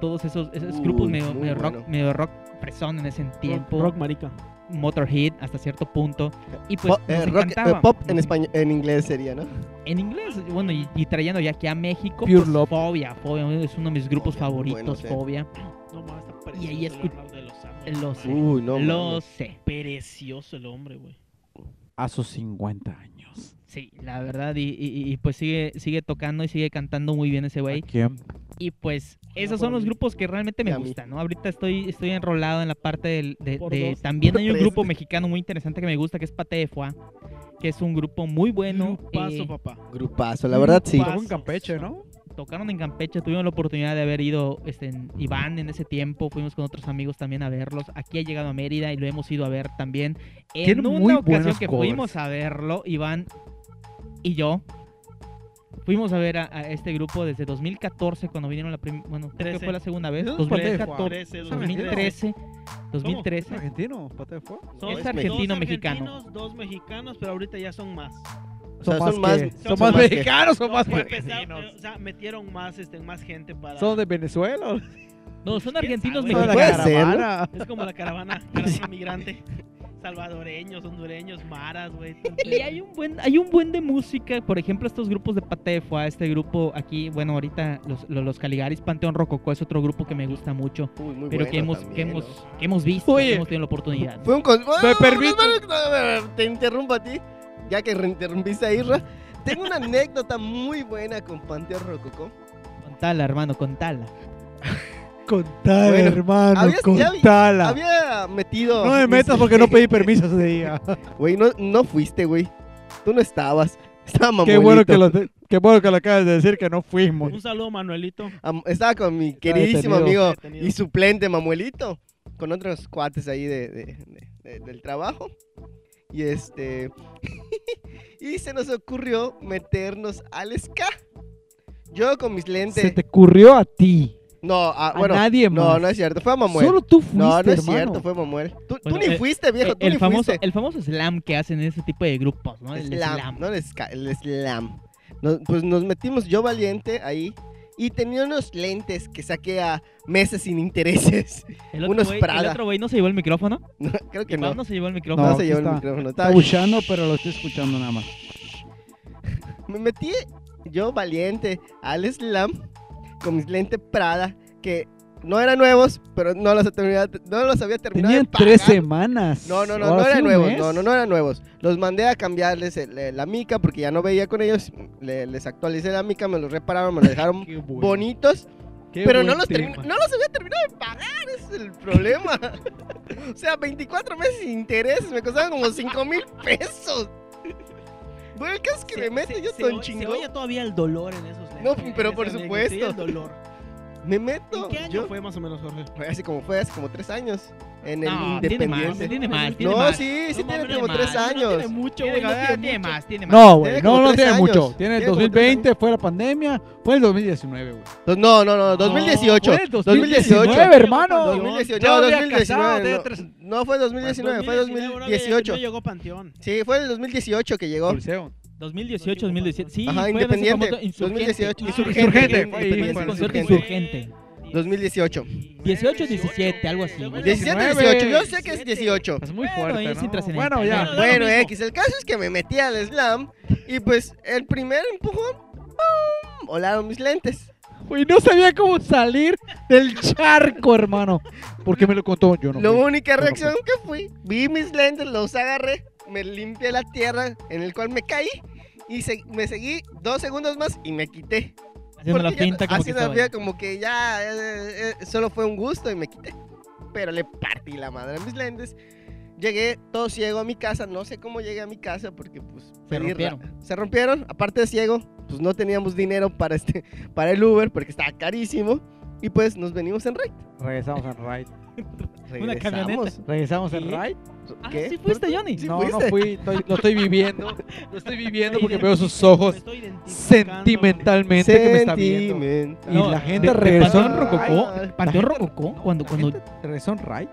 S7: todos esos, esos
S10: Uy,
S7: grupos medio,
S10: muy
S7: medio rock,
S10: bueno.
S7: medio rock fresón en ese tiempo,
S8: Rock marica.
S7: Motorhead hasta cierto punto, y pues
S10: Po- eh,
S7: nos
S10: rock,
S7: encantaba.
S10: eh, pop en, español, en inglés sería, ¿no?
S7: En inglés, bueno, y, y trayendo ya aquí a México,
S9: Pure
S7: pues,
S9: Love.
S7: Fobia, Fobia es uno de mis grupos
S10: Fobia, muy
S7: favoritos,
S10: bueno, sí.
S7: Fobia,
S8: No más, está precioso.
S7: Y ahí
S8: el
S7: escu-
S8: Leonardo de los Ángeles,
S7: lo
S8: madre.
S7: sé.
S9: Mm.
S10: Uy, no.
S7: lo
S10: mames.
S7: sé.
S8: Precioso el hombre, güey.
S9: A sus 50 años.
S7: Sí, la verdad, y, y- y, pues sigue, sigue tocando y sigue cantando muy bien ese
S9: ¿A
S7: güey.
S9: quién?
S7: Y pues
S8: por
S7: esos son los
S8: mí.
S7: grupos que realmente
S10: Y
S7: me
S10: a mí.
S7: gustan, ¿no? Ahorita estoy, estoy enrolado en la parte del, de,
S8: Por
S7: de-
S8: dos.
S7: También hay un
S10: Tres.
S7: grupo mexicano muy interesante que me gusta, que es Pate de Foix, que es un grupo muy bueno.
S8: Paso,
S7: eh,
S8: papá.
S10: Grupazo, la verdad sí.
S8: Grupazo.
S9: Como en Campeche, ¿no?
S7: tocaron en Campeche, tuvimos la oportunidad de haber ido este, en Iván en ese tiempo, fuimos con otros amigos también a verlos. Aquí ha llegado a Mérida y lo hemos ido a ver también. En
S9: Tienen muy
S7: una ocasión
S9: buenos
S7: que
S9: covers.
S7: fuimos a verlo, Iván y yo. Fuimos a ver a, a este grupo desde 2014 cuando vinieron la primera, bueno, creo que
S8: Trece.
S7: fue la segunda vez,
S9: Eso es parte de
S7: 2014,
S8: 13, 2013.
S7: 2013, 2013.
S9: argentino? ¿Pate de fuego?
S8: Son
S10: Es
S8: dos
S7: argentino, mexicano.
S8: argentinos, Dos mexicanos, pero ahorita ya son más.
S10: O
S9: Son
S10: sea,
S9: más
S10: son más-
S9: que-
S10: son
S9: son
S10: más
S9: más
S10: que-
S9: mexicanos, son
S8: No,
S9: más
S8: pero empezaron,
S9: argentinos.
S8: eh, o sea, metieron más, este, más gente para.
S9: ¿Son de Venezuela?
S7: No, son
S8: ¿Quién
S7: argentinos
S8: sabe?
S9: ¿Son de la
S10: Puede
S7: mexicanos.
S10: ser, ¿no?
S9: caravana?
S8: Es como la caravana, caravana migrante. salvadoreños, hondureños, maras, güey.
S7: Y hay un buen, hay un buen de música, por ejemplo, estos grupos de Patefa, este grupo aquí, bueno, ahorita los, los, los Caligaris, Panteón Rococó es otro grupo que me gusta mucho,
S10: Uy, muy
S7: pero
S10: bueno
S7: que hemos, que
S10: también, ¿eh?
S7: hemos,
S10: ¿no?
S7: que hemos visto,
S9: Oye.
S7: que hemos tenido la oportunidad.
S10: Fue un con...
S9: ¿Me permites?
S10: Te interrumpo a ti, ya que interrumpiste a Isra. Tengo una anécdota muy buena con Panteón Rococó.
S7: Contala, hermano, contala.
S9: Contala,
S10: Bueno,
S9: hermano,
S10: habías- ya vi-
S9: contala.
S10: Había metido...
S9: No me metas porque no pedí permiso ese día.
S10: Güey, no, no fuiste, güey. Tú no estabas. Estaba mamuelito.
S9: Qué bueno, que lo, de- qué bueno que lo acabas de decir que no fuimos.
S8: Un saludo, Manuelito.
S10: Am- Estaba con mi queridísimo
S9: detenido.
S10: amigo
S8: Detenido.
S10: y suplente Mamuelito, con otros cuates ahí de, de- de- de- del trabajo. Y este. y se nos ocurrió meternos al ska. Yo con mis
S9: Se
S10: lentes.
S9: te ocurrió a ti.
S10: No, ah,
S9: A
S10: bueno.
S9: nadie más.
S10: No, no es cierto. Fue a Mamuel.
S9: Solo tú fuiste,
S10: no, no es
S9: hermano.
S10: cierto, fue Mamuel. Tú, tú
S7: Bueno,
S10: ni
S7: eh,
S10: fuiste, viejo, tú
S7: el,
S10: ni
S7: famoso,
S10: fuiste.
S7: el famoso slam que hacen ese tipo de grupos, ¿no? El
S10: Slam,
S7: slam.
S10: no el ska, el slam. Nos- pues nos metimos yo valiente ahí. Y tenía unos lentes que saqué a meses sin intereses.
S7: El otro
S10: unos
S7: güey- el
S10: Prada.
S7: otro güey no se llevó el micrófono.
S10: No, creo que
S7: ¿Cuándo
S10: no.
S7: no se llevó el
S10: No,
S7: micrófono.
S9: No,
S10: se
S9: aquí
S10: llevó el
S9: está.
S10: micrófono.
S9: Está
S10: Estaba-
S9: buchando, pero lo estoy escuchando nada más.
S10: Me metí yo valiente al slam con mis lentes Prada que no eran nuevos, pero no los, terminaba- no los había terminado. de
S9: Tenían
S10: pagar.
S9: tres semanas.
S10: No, no, no,
S9: Ahora
S10: no
S9: sí,
S10: eran
S9: un
S10: nuevos.
S9: mes.
S10: No, no, no eran nuevos. Los mandé a cambiarles el- eh, la mica porque ya no veía con ellos. le- les actualicé la mica, me los repararon, me los dejaron
S9: Qué bueno.
S10: bonitos,
S9: Qué
S10: pero
S9: buen
S10: no los,
S9: tema.
S10: termi- no los había terminado de pagar. ese Es el problema. o sea, 24 meses sin intereses me costaban como 5 mil pesos. Bueno, el caso es que me meto yo
S8: se,
S10: tan
S8: o- Se
S10: chingón.
S8: oye todavía el dolor en esos lentes.
S10: No,
S8: en
S10: pero
S8: esa
S10: por
S8: anécdota,
S10: supuesto.
S8: se oye el dolor.
S10: Me
S8: ¿En
S10: meto.
S8: qué año
S10: Yo,
S8: fue más o menos, Jorge?
S10: fue hace como fue, hace como tres años. En el
S7: No, tiene más,
S10: Independiente.
S7: tiene más, tiene
S10: no,
S7: más.
S10: sí, sí
S7: No,
S10: tiene
S7: hombre,
S10: como
S7: más,
S10: tres
S7: no
S10: años.
S7: tiene mucho, güey,
S8: Tiene
S7: no tiene,
S8: mucho.
S7: tiene más, tiene más.
S9: No, güey,
S10: Tiene como
S9: no, no
S10: tres
S9: tiene
S10: años.
S9: mucho. Tiene el
S10: Tiene como tres
S9: 2020, fue la pandemia, fue el 2019, güey.
S10: Dos- No, no, no, 2018.
S9: Fue el
S10: 2019,
S9: hermano.
S10: No,
S9: Todavía casado,
S10: 2019.
S9: tenía
S10: no,
S9: tres-
S10: no fue 2019, fue 2018.
S8: No llegó Panteón.
S10: Sí, fue el 2018 que llegó.
S9: Coliseo.
S7: 2018, 2017. Sí,
S10: Ajá,
S7: fue en ese
S10: Independiente.
S7: famoso insurgente.
S10: 2018.
S8: Ah,
S9: insurgente, fue ahí,
S10: Independiente,
S9: fue
S7: Ese
S9: el
S7: concierto
S10: insurgente.
S7: insurgente.
S10: 2018.
S7: 18, 17, algo así. güey.
S10: 17, 18. Yo sé que es 18.
S9: Es muy
S7: Bueno, ahí
S9: fuerte,
S7: es
S9: ¿no?
S7: intrascendente.
S9: Bueno,
S7: Bueno,
S9: ya.
S8: da lo
S10: Bueno, eh.
S8: mismo.
S10: X, el caso es que me metí al slam y pues el primer empujón, ¡pum! volaron mis lentes.
S9: Güey, no sabía cómo salir del charco, hermano. ¿Por qué me lo contó? Yo no.
S10: La
S9: fui.
S10: única
S9: no, no
S10: reacción
S7: pues.
S10: que fui, vi mis lentes, los agarré, me limpié la tierra en el cual me caí y se- me seguí dos segundos más y me quité.
S7: Haciendo la
S10: Porque ya-
S7: pinta como que
S10: haciendo la
S7: estaba
S10: finta como que ya eh, eh, solo fue un gusto y me quité. Pero le partí la madre a mis lentes. Llegué todo ciego a mi casa, no sé cómo llegué a mi casa porque pues
S7: Se
S10: perdí ra-
S7: rompieron.
S10: se rompieron, aparte de ciego, pues no teníamos dinero para este para el Uber porque estaba carísimo y pues nos venimos en recta.
S9: Regresamos al Raid.
S7: Una camioneta.
S10: Regresamos.
S9: Regresamos al
S10: ¿Qué?
S9: Raid.
S7: Ah,
S10: ¿Qué?
S7: sí fuiste, Johnny.
S10: Sí
S9: No, no
S10: fuiste.
S9: fui. estoy- lo estoy viviendo. Lo estoy viviendo porque
S8: Estoy
S9: veo
S8: identi-
S9: sus ojos
S8: me estoy identificando.
S9: sentimentalmente que me está viendo.
S10: Sentimental.
S9: Y la gente
S7: de- de
S9: regresó
S7: Panteón
S9: en
S7: Rococó.
S10: Ay,
S7: Panteón Rococó, cuando,
S9: La
S7: cuando
S9: gente regresó en Raid.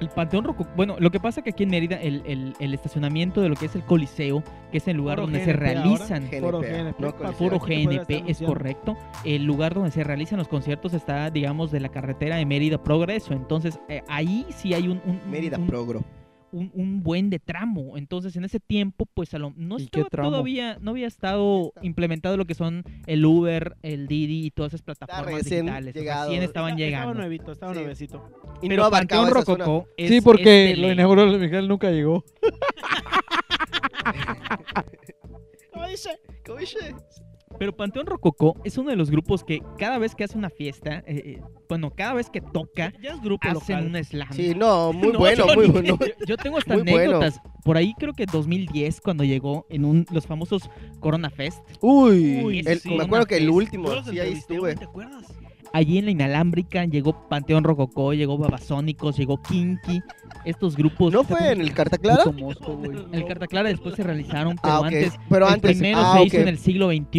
S7: el Panteón Rococó. Bueno, lo que pasa que aquí en Mérida, el, el, el estacionamiento de lo que es el Coliseo, que es el lugar
S8: Puro
S7: donde se
S8: GNP ahora.
S7: realizan.
S10: GNP,
S8: Puro
S10: no
S8: GNP,
S10: coliseo.
S7: Puro
S8: Aquí te puede estar
S7: GNP es
S8: anunciando.
S7: correcto. El lugar donde se realizan los conciertos está, digamos, de la carretera de Mérida Progreso. Entonces, eh, ahí sí hay un, un, un-
S10: Mérida
S7: un-
S10: Progro.
S7: un, un buen de tramo. Entonces, en ese tiempo, pues a lo- no
S9: ¿Y qué
S7: estaba
S9: tramo?
S7: todavía, no había estado implementado lo que son el Uber, el Didi y todas esas plataformas
S10: recién
S7: digitales. O sea,
S10: llegado.
S7: recién estaban
S8: Estaba
S7: llegando.
S8: nuevito, estaba
S10: Sí.
S8: nuevecito.
S10: Y
S7: Pero
S10: no abarcaba
S7: Panteón
S10: esa zona.
S7: Rococó es-
S9: Sí, porque
S7: es de
S9: lo
S7: ley.
S9: inauguró Luis Miguel, nunca llegó.
S10: ¿Cómo dice? ¿Cómo dice?
S7: Pero Panteón Rococó es uno de los grupos que cada vez que hace una fiesta, eh, eh, bueno, cada vez que toca,
S8: Ya es grupo
S7: hacen
S8: local.
S7: un slam.
S10: Sí, no, muy
S7: No,
S10: bueno,
S7: Johnny,
S10: muy bueno.
S7: Yo, yo tengo hasta
S10: Muy bueno.
S7: anécdotas. Por ahí creo que 2010 cuando llegó en un los famosos Corona Fest,
S10: Uy,
S7: ese
S10: el-
S7: sí,
S10: me
S7: una
S10: acuerdo que el
S7: vez.
S10: último,
S8: Yo los
S10: sí, ahí
S8: entrevisté,
S10: estuve.
S8: ¿Te acuerdas?
S7: allí en la inalámbrica llegó Panteón Rococó, llegó Babasónicos, llegó Kinky, estos grupos.
S10: ¿No fue en el Carta Clara?
S9: Puto mosco, güey.
S7: El Carta Clara después se realizaron, pero
S10: Ah, ok.
S7: antes
S10: Pero
S7: el
S10: antes,
S7: primero
S10: ah,
S7: se
S10: ok.
S7: hizo en el siglo XXI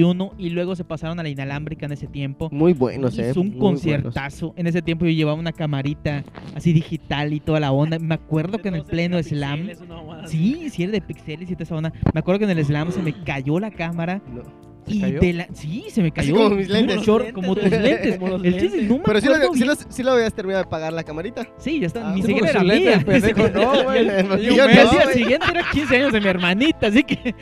S7: y luego se pasaron a la inalámbrica en ese tiempo.
S10: Muy buenos, eh.
S7: hizo un
S10: muy
S7: conciertazo. En ese tiempo yo llevaba una camarita así digital y toda la onda. Me acuerdo que en el
S8: Entonces,
S7: pleno
S8: era
S7: slam.
S8: pixeles, una mamada así.
S7: Sí, sí, era de pixeles y toda esa onda. Me acuerdo que en el slam se me cayó la cámara
S10: buenos. No.
S9: ¿Se
S7: y
S9: cayó?
S7: de la- Sí, se me cayó.
S10: como mis lentes.
S7: Short, como tus lentes. El chiste, no me
S10: Pero sí,
S7: acuerdo
S10: lo, sí,
S7: bien.
S10: lo, sí lo habías terminado de pagar la camarita.
S7: Sí, ya está.
S10: Ah,
S7: Ni
S10: ¿cómo
S7: siquiera
S9: que
S7: era
S9: su lente,
S7: mía.
S9: el pendejo?
S7: Ni siquiera
S9: No,
S7: era
S9: güey,
S7: mía.
S10: porque
S7: Y
S10: yo
S7: al
S10: no,
S7: día
S10: güey.
S7: siguiente era 15 años de mi hermanita, así que.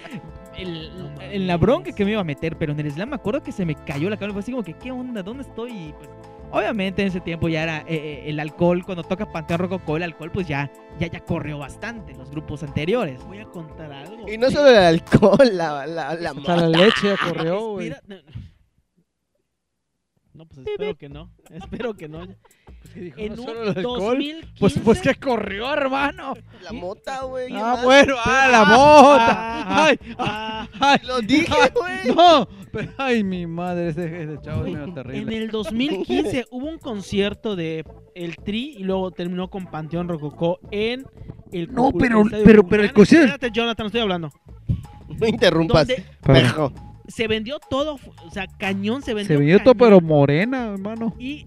S7: el- en la bronca que me iba a meter, pero en el slam me acuerdo que se me cayó la cámara. Fue así como que, ¿qué onda? ¿Dónde estoy? Y pues, obviamente en ese tiempo ya era eh, eh, el alcohol, cuando toca Panteón Rococó, el alcohol pues ya, ya, ya corrió bastante en los grupos anteriores.
S8: Voy a contar algo. Ah,
S10: Y no solo el alcohol, la, la, la
S9: Hasta la leche corrió, güey.
S8: Espera- No, no. No, pues espero que no. Espero que no. En un 2015.
S9: Pues, pues que corrió, hermano.
S10: La mota, güey.
S9: Ah,
S10: hermano.
S9: bueno, ah, la bota.
S8: ah,
S9: Ay,
S8: ah,
S9: ay,
S10: Lo dije, güey.
S9: no. Pero, ay, mi madre, ese, ese chavo
S8: Güey,
S9: es medio
S8: En
S9: terrible.
S8: el 2015 hubo un concierto de El Tri y luego terminó con Panteón Rococó en el
S9: No,
S8: Cucul-
S9: pero-
S8: Estadio
S9: pero- pero el
S8: Cuculcán.
S9: concierto-
S8: Espérate, Jonathan, estoy hablando.
S10: No interrumpas,
S8: Donde
S10: perro.
S8: se vendió todo, o sea, cañón se vendió.
S9: Se vio todo,
S8: cañón.
S9: pero morena, hermano.
S8: Y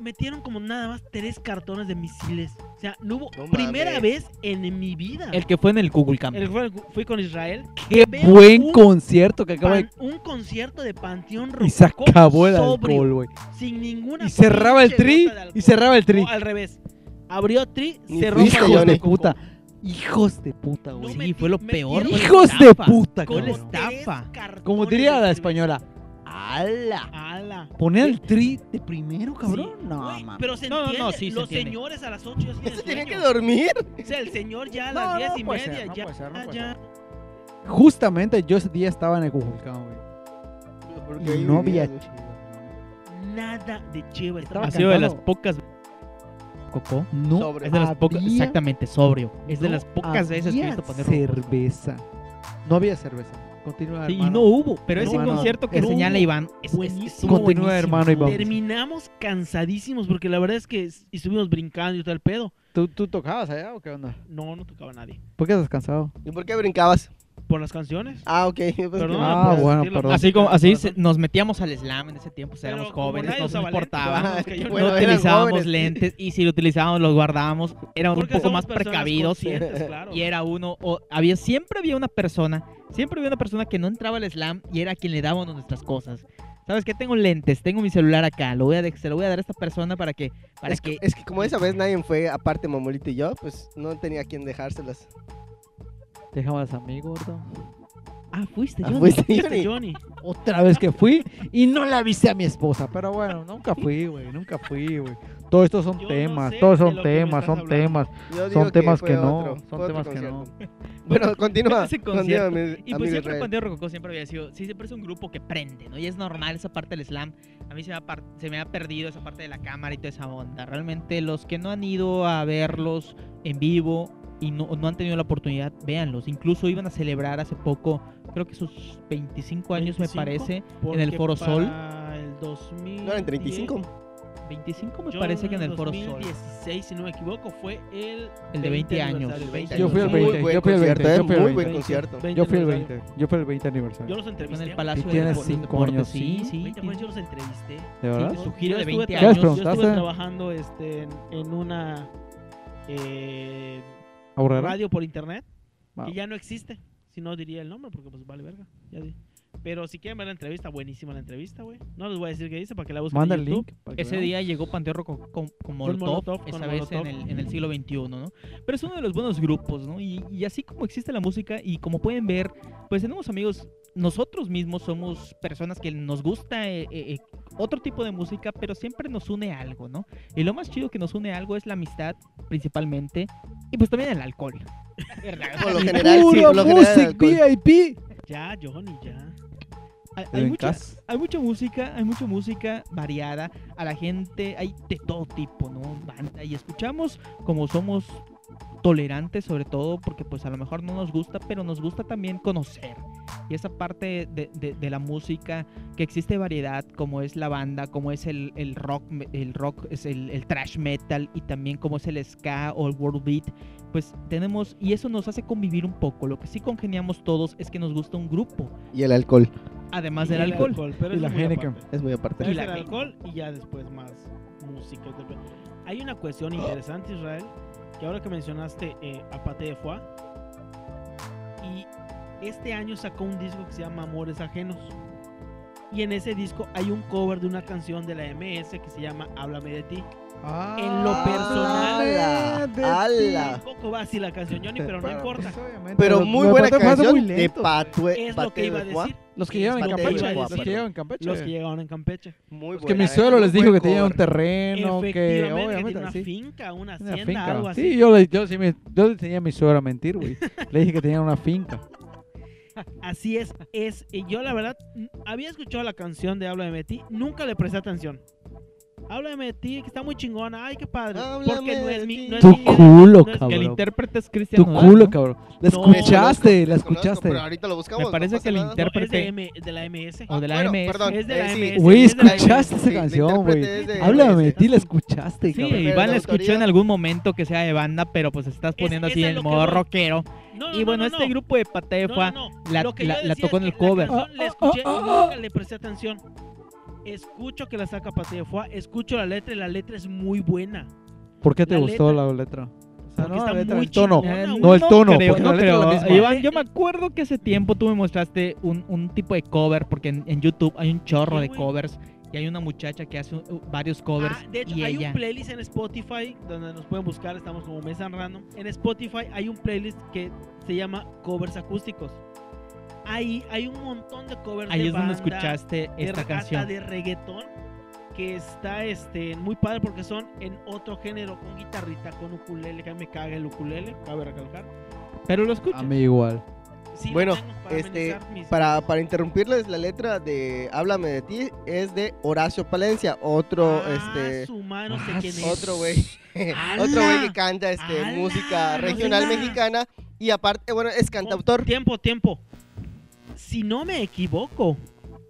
S8: metieron como nada más tres cartones de misiles. O sea, no hubo
S10: No
S8: primera
S10: mames.
S8: vez en mi vida.
S7: El que fue en el Google Camp.
S8: El- fue- fui con Israel.
S9: Qué
S8: Veo
S9: buen
S8: un
S9: concierto que acaba de.
S8: pan- un concierto de Panteón Rococó.
S9: Y se acabó el
S8: sobrio,
S9: alcohol, güey.
S8: Sin ninguna
S9: Y cerraba el
S8: pinche
S9: tri.
S8: gota de ah, alcohol.
S9: Y cerraba el tri.
S8: O al revés. Abrió tri,
S10: Ni
S8: cerró
S10: fuiste,
S8: Panteón
S9: Hijos de
S10: Johnny.
S8: Rococó.
S9: puta. Hijos de puta,
S8: No
S9: güey.
S7: Sí,
S8: metí-
S7: fue lo
S8: metieron
S7: peor.
S8: con
S9: Hijos
S7: la
S9: de
S7: estafa,
S9: puta,
S7: con la
S9: cabrón.
S7: estafa.
S8: cartones
S9: Como diría la
S8: de-
S9: española. ¡Ala!
S8: Ala.
S9: Poner el tri de primero, cabrón.
S8: Sí,
S9: No,
S8: güey,
S9: mames.
S8: Pero se
S7: No, no, no,
S8: entiende,
S7: sí se
S8: los
S7: entiende.
S8: señores a las 8 ya
S10: ¿Ya se tenía
S8: tienen
S10: que
S8: sueño.
S10: dormir?
S8: O sea, el señor ya a
S9: No,
S8: las 10
S9: no
S8: y
S9: puede
S8: media
S9: ser, no
S8: ya,
S9: puede ser, no
S8: ah,
S9: puede
S8: ya.
S9: Justamente yo ese día estaba en el Cujulcán, güey.
S10: Porque ahí
S9: Y no
S10: vivía,
S9: había
S10: güey.
S9: chido.
S8: nada de chiva.
S9: Estaba
S7: Ha sido de las
S9: cantando.
S7: pocas. Coco.
S9: No
S10: Sobre.
S7: Es de las pocas.
S9: había-
S7: Exactamente, sobrio. Es de
S9: no
S7: las pocas veces que he
S9: había
S7: visto poner Rococó.
S9: cerveza. No había cerveza. Continúa,
S7: Sí, y
S9: hermano.
S7: no hubo, pero ese
S9: Hermano,
S7: concierto que
S9: no
S7: señala
S8: hubo.
S7: Iván es, es-
S8: Buenísimo.
S7: estuvo
S9: Continúa,
S7: buenísimo.
S9: hermano, Iván.
S8: Terminamos cansadísimos porque la verdad es que s- estuvimos brincando y todo el pedo.
S9: ¿Tú, ¿Tú tocabas allá o qué onda?
S8: No, no tocaba a nadie.
S9: ¿Por qué estás cansado?
S10: ¿Y por qué brincabas?
S8: Por las canciones.
S10: Ah, ok. yo pensé que-
S8: Perdón,
S9: Ah,
S8: por
S9: bueno,
S8: sentir la
S9: perdón.
S8: música
S7: Así como
S8: del
S7: así
S8: corazón.
S7: se- nos metíamos al slam en ese tiempo, o sea, éramos
S8: Pero como
S7: jóvenes,
S8: nadie
S7: no nos
S8: usaba lentes,
S7: importaba.
S8: pues, cayó-
S10: Bueno,
S7: no
S10: eran
S7: utilizábamos
S10: jóvenes.
S7: lentes y si lo utilizábamos los guardábamos. Éramos
S8: Porque
S7: un poco
S8: somos
S7: más
S8: personas
S7: precavidos
S8: conscientes, claro.
S7: y era uno o había siempre había una persona, siempre había una persona que no entraba al slam y era quien le dábamos nuestras cosas. ¿Sabes qué? Tengo lentes, tengo mi celular acá, lo voy a de- se lo voy a dar a esta persona para que para
S10: es,
S7: que
S10: es que como esa vez nadie fue, aparte Mamolito y yo, pues no tenía quien dejárselas.
S9: Dejabas a mí, gordo.
S7: ah, fuiste
S10: Ah,
S7: yo.
S10: fuiste,
S8: Este
S10: Johnny.
S8: Johnny.
S9: Otra vez que fui y no la viste a mi esposa. Pero bueno, nunca fui, güey. Nunca fui, güey. Todo esto son
S8: Yo no
S9: temas,
S8: sé
S9: todos
S8: de
S9: son
S8: lo que me
S9: temas,
S8: estás
S9: son
S8: hablando.
S9: temas.
S10: Yo digo
S9: Son temas
S10: fue
S9: que no,
S10: otro, fue
S9: son
S10: otro
S9: temas que no.
S10: concierto. Bueno, continúa.
S7: Ese
S10: continúa,
S7: concierto.
S10: mi
S7: Y
S10: amigo
S7: pues siempre el
S10: Israel.
S7: Panteón Rococó siempre había sido, sí, siempre es un grupo que prende, ¿no? Y es normal esa parte del slam. A mí se me, ha par- se me ha perdido esa parte de la cámara y toda esa onda. Realmente los que no han ido a verlos en vivo y no, no han tenido la oportunidad, véanlos. Incluso iban a celebrar hace poco, creo que sus 25 años me
S8: 25,
S7: parece.
S8: Porque
S7: el Foro Sol.
S8: para El 2000.
S10: No eran 35.
S7: 25 me parece que en el Foro Sol.
S8: 2016, si no me equivoco, fue el.
S7: El de 20 años.
S8: aniversario, el 20
S9: Yo fui al
S8: aniversario.
S9: 20,
S10: Muy buen
S9: yo fui al 20,
S10: concierto, ¿eh?
S9: yo fui al
S10: Muy
S9: 20.
S10: buen concierto.
S8: 20
S9: Yo fui el
S8: aniversario.
S9: 20, yo fui el 20
S8: Yo
S9: aniversario.
S8: los
S7: Fue en
S8: entrevisté.
S7: el Palacio
S9: tienes
S7: de los
S9: cinco
S7: Deportes,
S9: años.
S7: Sí, sí.
S8: 20
S7: tiene-
S8: años yo los entrevisté.
S9: ¿De verdad?
S7: Sí, su giro de
S8: yo estuve
S7: 20
S9: ¿Ah? ¿Qué les
S7: años.
S8: trabajando- Yo estuve
S9: preguntaste?
S8: trabajando este, en, en una eh,
S9: ¿Ahorrará?
S8: radio por internet
S9: Wow.
S8: que ya no existe. Si no diría el nombre, porque pues vale verga. Ya di. Pero si quieren ver la entrevista, buenísima la entrevista, güey. No les voy a decir qué dice para que la busquen.
S9: Manda
S8: en
S9: el
S8: YouTube.
S9: link. para que
S7: Ese
S9: veamos.
S7: día llegó Panteón Rococó con, con Molotov,
S8: Molotov, con
S7: esa vez
S8: Molotov.
S7: en el, en el siglo XXI, ¿no? Pero es uno de los buenos grupos, ¿no? Y, y así como existe la música y como pueden ver, pues tenemos amigos, nosotros mismos somos personas que nos gusta eh, eh, eh, otro tipo de música, pero siempre nos une algo, ¿no? Y lo más chido que nos une algo es la amistad, principalmente, y pues también el alcohol.
S10: Por lo general, sí,
S9: Puro
S10: por lo general.
S9: Music
S10: alcohol.
S9: VIP.
S8: Ya, Johnny, ya.
S7: Hay- hay
S9: En
S7: mucha-
S9: casa.
S7: hay mucha música, hay mucha música variada, a la gente hay de todo tipo, ¿no? Banda, y escuchamos como somos tolerantes sobre todo porque pues a lo mejor no nos gusta, pero nos gusta también conocer. Y esa parte de, de- de la música que existe variedad, como es la banda, como es el, el rock, me- el rock es el, el trash metal y también como es el ska o el world beat, pues tenemos, y eso nos hace convivir un poco. Lo que sí congeniamos todos es que nos gusta un grupo,
S10: Y el alcohol.
S7: además
S8: Y
S7: del alcohol.
S8: pero
S9: Y
S8: eso
S9: la
S8: es muy
S9: Heineken.
S8: aparte.
S10: Es muy aparte.
S7: Y
S8: Es
S7: la
S8: el
S7: gente.
S8: alcohol y ya después más música. Hay una cuestión interesante, Israel, que ahora que mencionaste eh, a Pate de Foix, y este año sacó un disco que se llama Amores Ajenos. Y en ese disco hay un cover de una canción de la MS que se llama Háblame de ti.
S9: Ah,
S8: En lo
S10: personal.
S9: de
S10: ¡Hala!
S9: ti.
S8: Un poco va así la canción, Johnny, pero no importa.
S9: pues, obviamente,
S10: Pero
S9: los-
S10: muy
S9: los
S10: buena
S9: patos pasan
S10: canción
S9: muy
S10: de
S9: lento.
S10: Patue.
S8: Es lo que iba a
S10: Pateo de Juan.
S8: decir.
S9: Los que llevan en
S10: Pateo de
S9: Campeche.
S10: Juan,
S9: Los que
S10: perdón.
S9: llevan en Campeche.
S8: Los que llegaron en Campeche.
S10: Muy
S9: que
S10: buena,
S9: mi
S10: eh,
S9: suegro
S10: muy
S9: les dijo
S10: buen
S9: que tenía un
S10: cover.
S9: terreno, que
S8: Efectivamente, que tiene
S9: obviamente
S8: una
S9: sí.
S8: finca, una
S9: Una
S8: hacienda,
S9: finca.
S8: algo así.
S9: Sí, yo le, yo, sí me, yo le enseñé a mi suegro a mentir, güey. Le dije que tenía una finca.
S8: Así es, es. Y yo la verdad n- había escuchado la canción de Háblame de ti, nunca le presté atención. Háblame de ti, que está muy chingona, ay qué padre.
S10: Háblame
S8: porque no es
S10: de
S8: mi,
S10: ti.
S8: no es
S9: Tu
S8: mi- no
S9: culo,
S8: es que el
S7: Que el
S9: cabrón.
S7: intérprete es Cristian
S9: Ah, Tu
S7: Nodal,
S9: culo,
S7: ¿no?
S9: cabrón.
S8: No,
S9: La escuchaste, la
S10: Desconozco,
S9: escuchaste.
S10: Pero ahorita lo buscamos.
S7: Me parece que el
S8: no, es de,
S7: intérprete- Ah.
S8: M de la MS.
S7: o de la
S10: bueno,
S7: MS.
S10: perdón,
S8: Es de la
S10: eh, sí.
S8: MS.
S9: Güey,
S8: es de la
S9: escuchaste esa
S10: Sí,
S9: canción,
S10: intérprete
S9: güey.
S10: es de-
S9: Háblame de ti, la escuchaste,
S7: Sí,
S9: cabrón.
S10: Pero
S7: Iván
S10: la
S7: la escuchó
S10: autoría-
S7: en algún momento que sea de banda, pero pues estás poniendo
S8: es
S7: así
S8: a
S7: el
S8: lo que
S7: modo
S8: voy.
S7: rockero.
S8: No, no,
S7: y bueno,
S8: no,
S7: este
S8: no.
S7: grupo de Patefua
S8: No, no, no.
S7: la-
S8: Lo que yo
S7: la- la
S8: decía
S7: tocó
S8: es
S7: en el
S8: que la
S7: cover.
S8: canción La escuché y nunca le presté atención. Escucho que la saca Patefua, escucho la letra y la letra es muy buena.
S9: ¿Por qué te
S8: la
S9: gustó
S8: letra.
S9: la letra? O sea,
S8: Porque
S9: no, la
S8: está
S9: letra,
S8: muy
S9: el tono.
S8: chingona, güey.
S9: Ah, No, el tono,
S7: creo,
S9: porque la
S7: no
S9: letra es la
S7: creo. Ah,
S9: misma.
S7: Iván, yo me acuerdo que hace tiempo tú me mostraste un, un tipo de cover, porque en, en YouTube hay un chorro
S8: Sí,
S7: de
S8: güey.
S7: covers y hay una muchacha que hace uh, varios covers.
S8: Ah, de hecho,
S7: y
S8: hay
S7: ella.
S8: un playlist en Spotify donde nos pueden buscar, estamos como Mesa Random. En Spotify hay un playlist que se llama Covers Acústicos. Ahí hay un montón de covers
S7: Ahí
S8: de
S7: es donde
S8: banda,
S7: escuchaste
S8: de
S7: esta
S8: hasta
S7: canción.
S8: de reggaetón que está este muy padre porque son en otro género con guitarrita, con ukulele, que a mí me caga el ukulele, cabe recalcar.
S7: Pero lo escuchas.
S9: A mí igual.
S8: Sí, lo
S10: Bueno,
S8: tengo para
S10: este,
S8: amenizar mis-
S10: Para, para interrumpirles, la letra de Háblame de ti es de Horacio Palencia, otro,
S8: Ah,
S10: este,
S8: su madre, no sé
S9: ah,
S8: quién es.
S10: otro güey,
S8: ¡Hala!
S10: otro güey que canta, este,
S8: ¡Hala!
S10: música
S8: No
S10: regional
S8: sé nada.
S10: mexicana y aparte, bueno, es
S8: Oh,
S10: cantautor.
S8: Tiempo, tiempo. Si no me equivoco,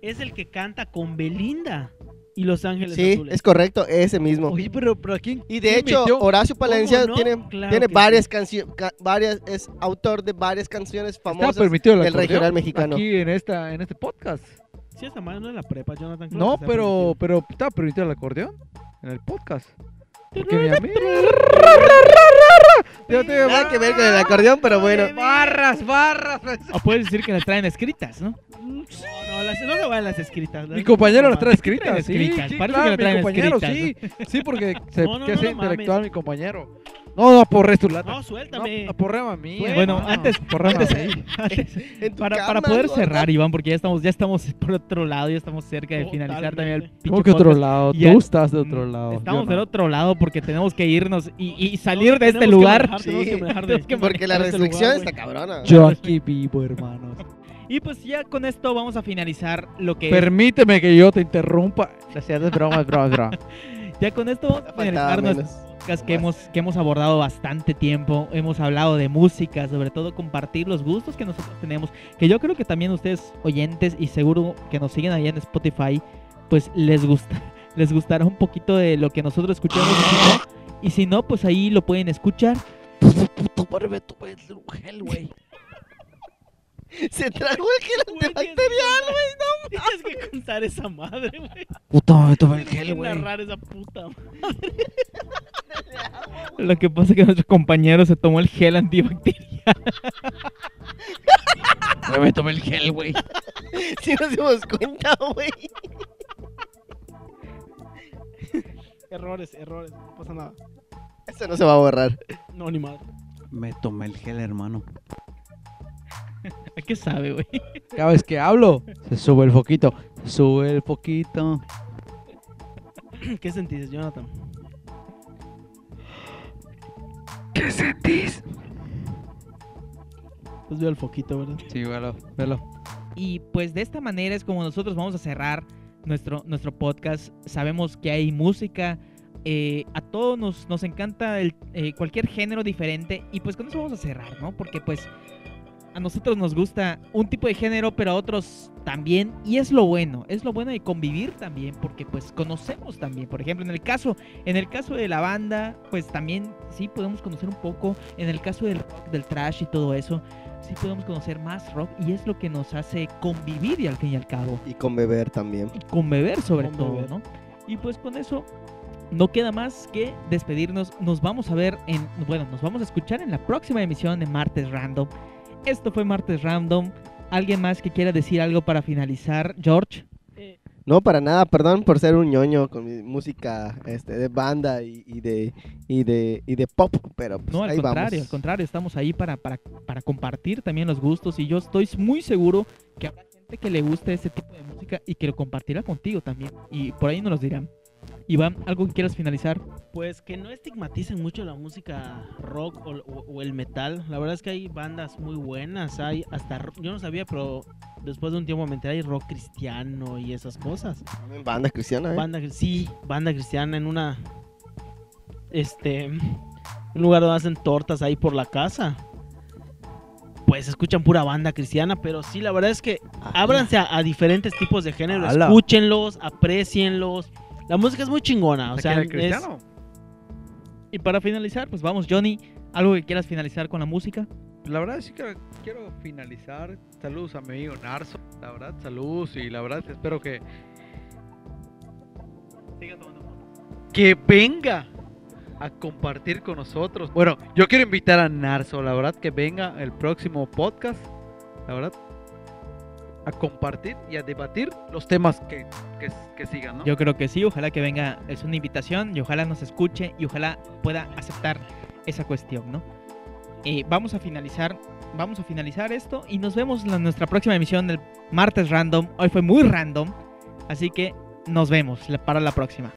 S8: es el que canta con Belinda y Los Ángeles
S10: Sí,
S8: Azules.
S10: es correcto, ese mismo.
S9: Oye, pero, pero aquí.
S10: Y de hecho, Horacio Palencia
S8: no?
S10: tiene,
S8: Claro
S10: tiene
S8: que
S10: varias canciones, varias, es autor de varias canciones
S9: Está
S10: famosas
S9: permitido el
S10: del regional
S9: acordeón
S10: mexicano.
S9: Aquí en, esta, en este podcast.
S8: Sí, esa madre no pues es la prepa, Jonathan. claro
S9: No,
S8: que sea
S9: pero, pero está permitido el acordeón en el podcast. Porque mi amigo. Yo te-
S10: Nada que ver con el acordeón, pero bueno.
S9: Barras, barras.
S7: O puedes decir que las traen escritas, ¿no?
S8: permitido. Mm, No, no, las, no se van las escritas.
S9: Mi compañero las
S8: las
S9: trae escritas, sí.
S7: escritas,
S9: sí,
S7: parece que
S9: claro,
S7: las traen
S9: mi compañero,
S7: escritas,
S9: sí. Sí, porque se,
S8: No, no,
S9: que
S8: no,
S9: sea
S8: no mames.
S9: intelectual mi compañero. No, no, aporres tu lata.
S8: No, suéltame.
S9: No, aporrema a mí.
S7: Bueno, antes-
S10: en tu
S7: Para, para
S10: cama,
S7: poder
S10: gorda.
S7: cerrar, Iván, porque ya estamos, ya estamos por otro lado, ya estamos cerca de finalizar también el
S8: Totalmente.
S7: pinche
S9: ¿Cómo que otro
S7: podcast.
S9: lado?
S7: Ya-
S9: Tú estás de otro lado.
S7: Estamos
S9: yo
S7: del
S9: no.
S7: otro lado porque tenemos que irnos y, y salir de este
S8: Tenemos que
S7: lugar.
S8: manejar, tenemos
S10: Sí.
S8: que manejar de-
S7: Tenemos que
S10: Porque la
S8: manejar este
S10: restricción
S8: lugar, güey.
S10: está cabrona.
S9: Yo aquí vivo, hermanos.
S7: Y pues ya con esto vamos a finalizar lo que es-
S9: Permíteme que yo te interrumpa. Gracias, es broma, es broma, es broma.
S7: ya con esto vamos a
S10: Faltaba
S7: finalizar nuestro
S10: menos.
S7: podcast que hemos que hemos abordado bastante tiempo. Hemos hablado de música, sobre todo compartir los gustos que nosotros tenemos, que yo creo que también ustedes oyentes y seguro que nos siguen allá en Spotify, pues les gusta les gustará un poquito de lo que nosotros escuchamos y si no, pues ahí lo pueden escuchar.
S10: Se trajo el gel
S8: Güey, tienes que
S10: antibacterial.
S8: contar- Tienes que contar esa madre, güey.
S9: Puta, me tomé el
S8: Tienes que
S9: gel, güey.
S8: narrar esa puta. madre.
S7: Lo que pasa es que nuestro compañero se tomó el gel antibacterial.
S9: Me tomé el gel, güey.
S10: Si nos dimos cuenta, güey.
S8: Errores, errores. No pasa nada.
S10: Eso no se va a borrar.
S8: No, ni madre.
S9: Me tomé el gel, hermano.
S7: ¿A qué sabe, güey?
S9: Cada vez que hablo, se sube el foquito. Se sube el foquito.
S8: ¿Qué sentís, Jonathan?
S9: ¿Qué sentís?
S8: Pues veo el foquito, ¿verdad?
S9: Sí, velo, velo.
S7: Y pues de esta manera es como nosotros vamos a cerrar nuestro, nuestro podcast. Sabemos que hay música. eh, a todos nos, nos encanta el, eh, cualquier género diferente. Y pues con eso vamos a cerrar, ¿no? Porque pues a nosotros nos gusta un tipo de género, pero a otros también. Y es lo bueno. Es lo bueno de convivir también. Porque pues conocemos también. Por ejemplo, en el caso, en el caso de la banda, pues también sí podemos conocer un poco. En el caso del rock, del trash y todo eso sí podemos conocer más rock y es lo que nos hace convivir y al fin y al cabo
S10: Y con beber también.
S7: y conbeber sobre
S8: Conbeber.
S7: todo, ¿no? Y pues con eso no queda más que despedirnos. Nos vamos a ver en, bueno, nos vamos a escuchar en la próxima emisión de Martes Random. Esto fue Martes Random. ¿Alguien más que quiera decir algo para finalizar, George?
S8: Eh,
S10: No, para nada, perdón por ser un ñoño con mi música este, de banda y, y de, y, de, y de pop, pero pues,
S7: No, al
S10: ahí
S7: contrario, al
S10: vamos.
S7: contrario, estamos ahí para, para, para compartir también los gustos y yo estoy muy seguro que habrá gente que le guste ese tipo de música y que lo compartirá contigo también. Y por ahí nos los dirán. Iván, ¿algo que quieras finalizar?
S8: Pues que no estigmaticen mucho la música rock o, o- o el metal. La verdad es que hay bandas muy buenas. Hay hasta. ro- Yo no sabía, pero después de un tiempo me enteré. Hay rock cristiano y esas cosas.
S10: Banda cristiana, ¿eh?
S8: Banda, cri- sí, banda cristiana en una. Este. Un lugar donde hacen tortas ahí por la casa. Pues escuchan pura banda cristiana. Pero sí, la verdad es que
S10: Ah.
S8: ábranse a, a diferentes tipos de género.
S9: Ala.
S8: Escúchenlos, aprecienlos. La música es muy chingona. O sea,
S9: ¿Era
S8: es-
S9: cristiano?
S7: Y para finalizar, pues vamos, Johnny, ¿algo que quieras finalizar con la música?
S9: La verdad sí que quiero finalizar. Saludos a mi amigo Narzo. La verdad, saludos y la verdad espero que... Que venga a compartir con nosotros. Bueno, yo quiero invitar a Narzo, la verdad, que venga el próximo podcast. La verdad, a compartir y a debatir los temas que, que, que sigan, ¿no?
S7: Yo creo que sí, ojalá que venga, es una invitación y ojalá nos escuche y ojalá pueda aceptar esa cuestión, ¿no? Eh, vamos a finalizar, vamos a finalizar esto y nos vemos en nuestra próxima emisión del martes random. Hoy fue muy random, así que nos vemos la- para la próxima.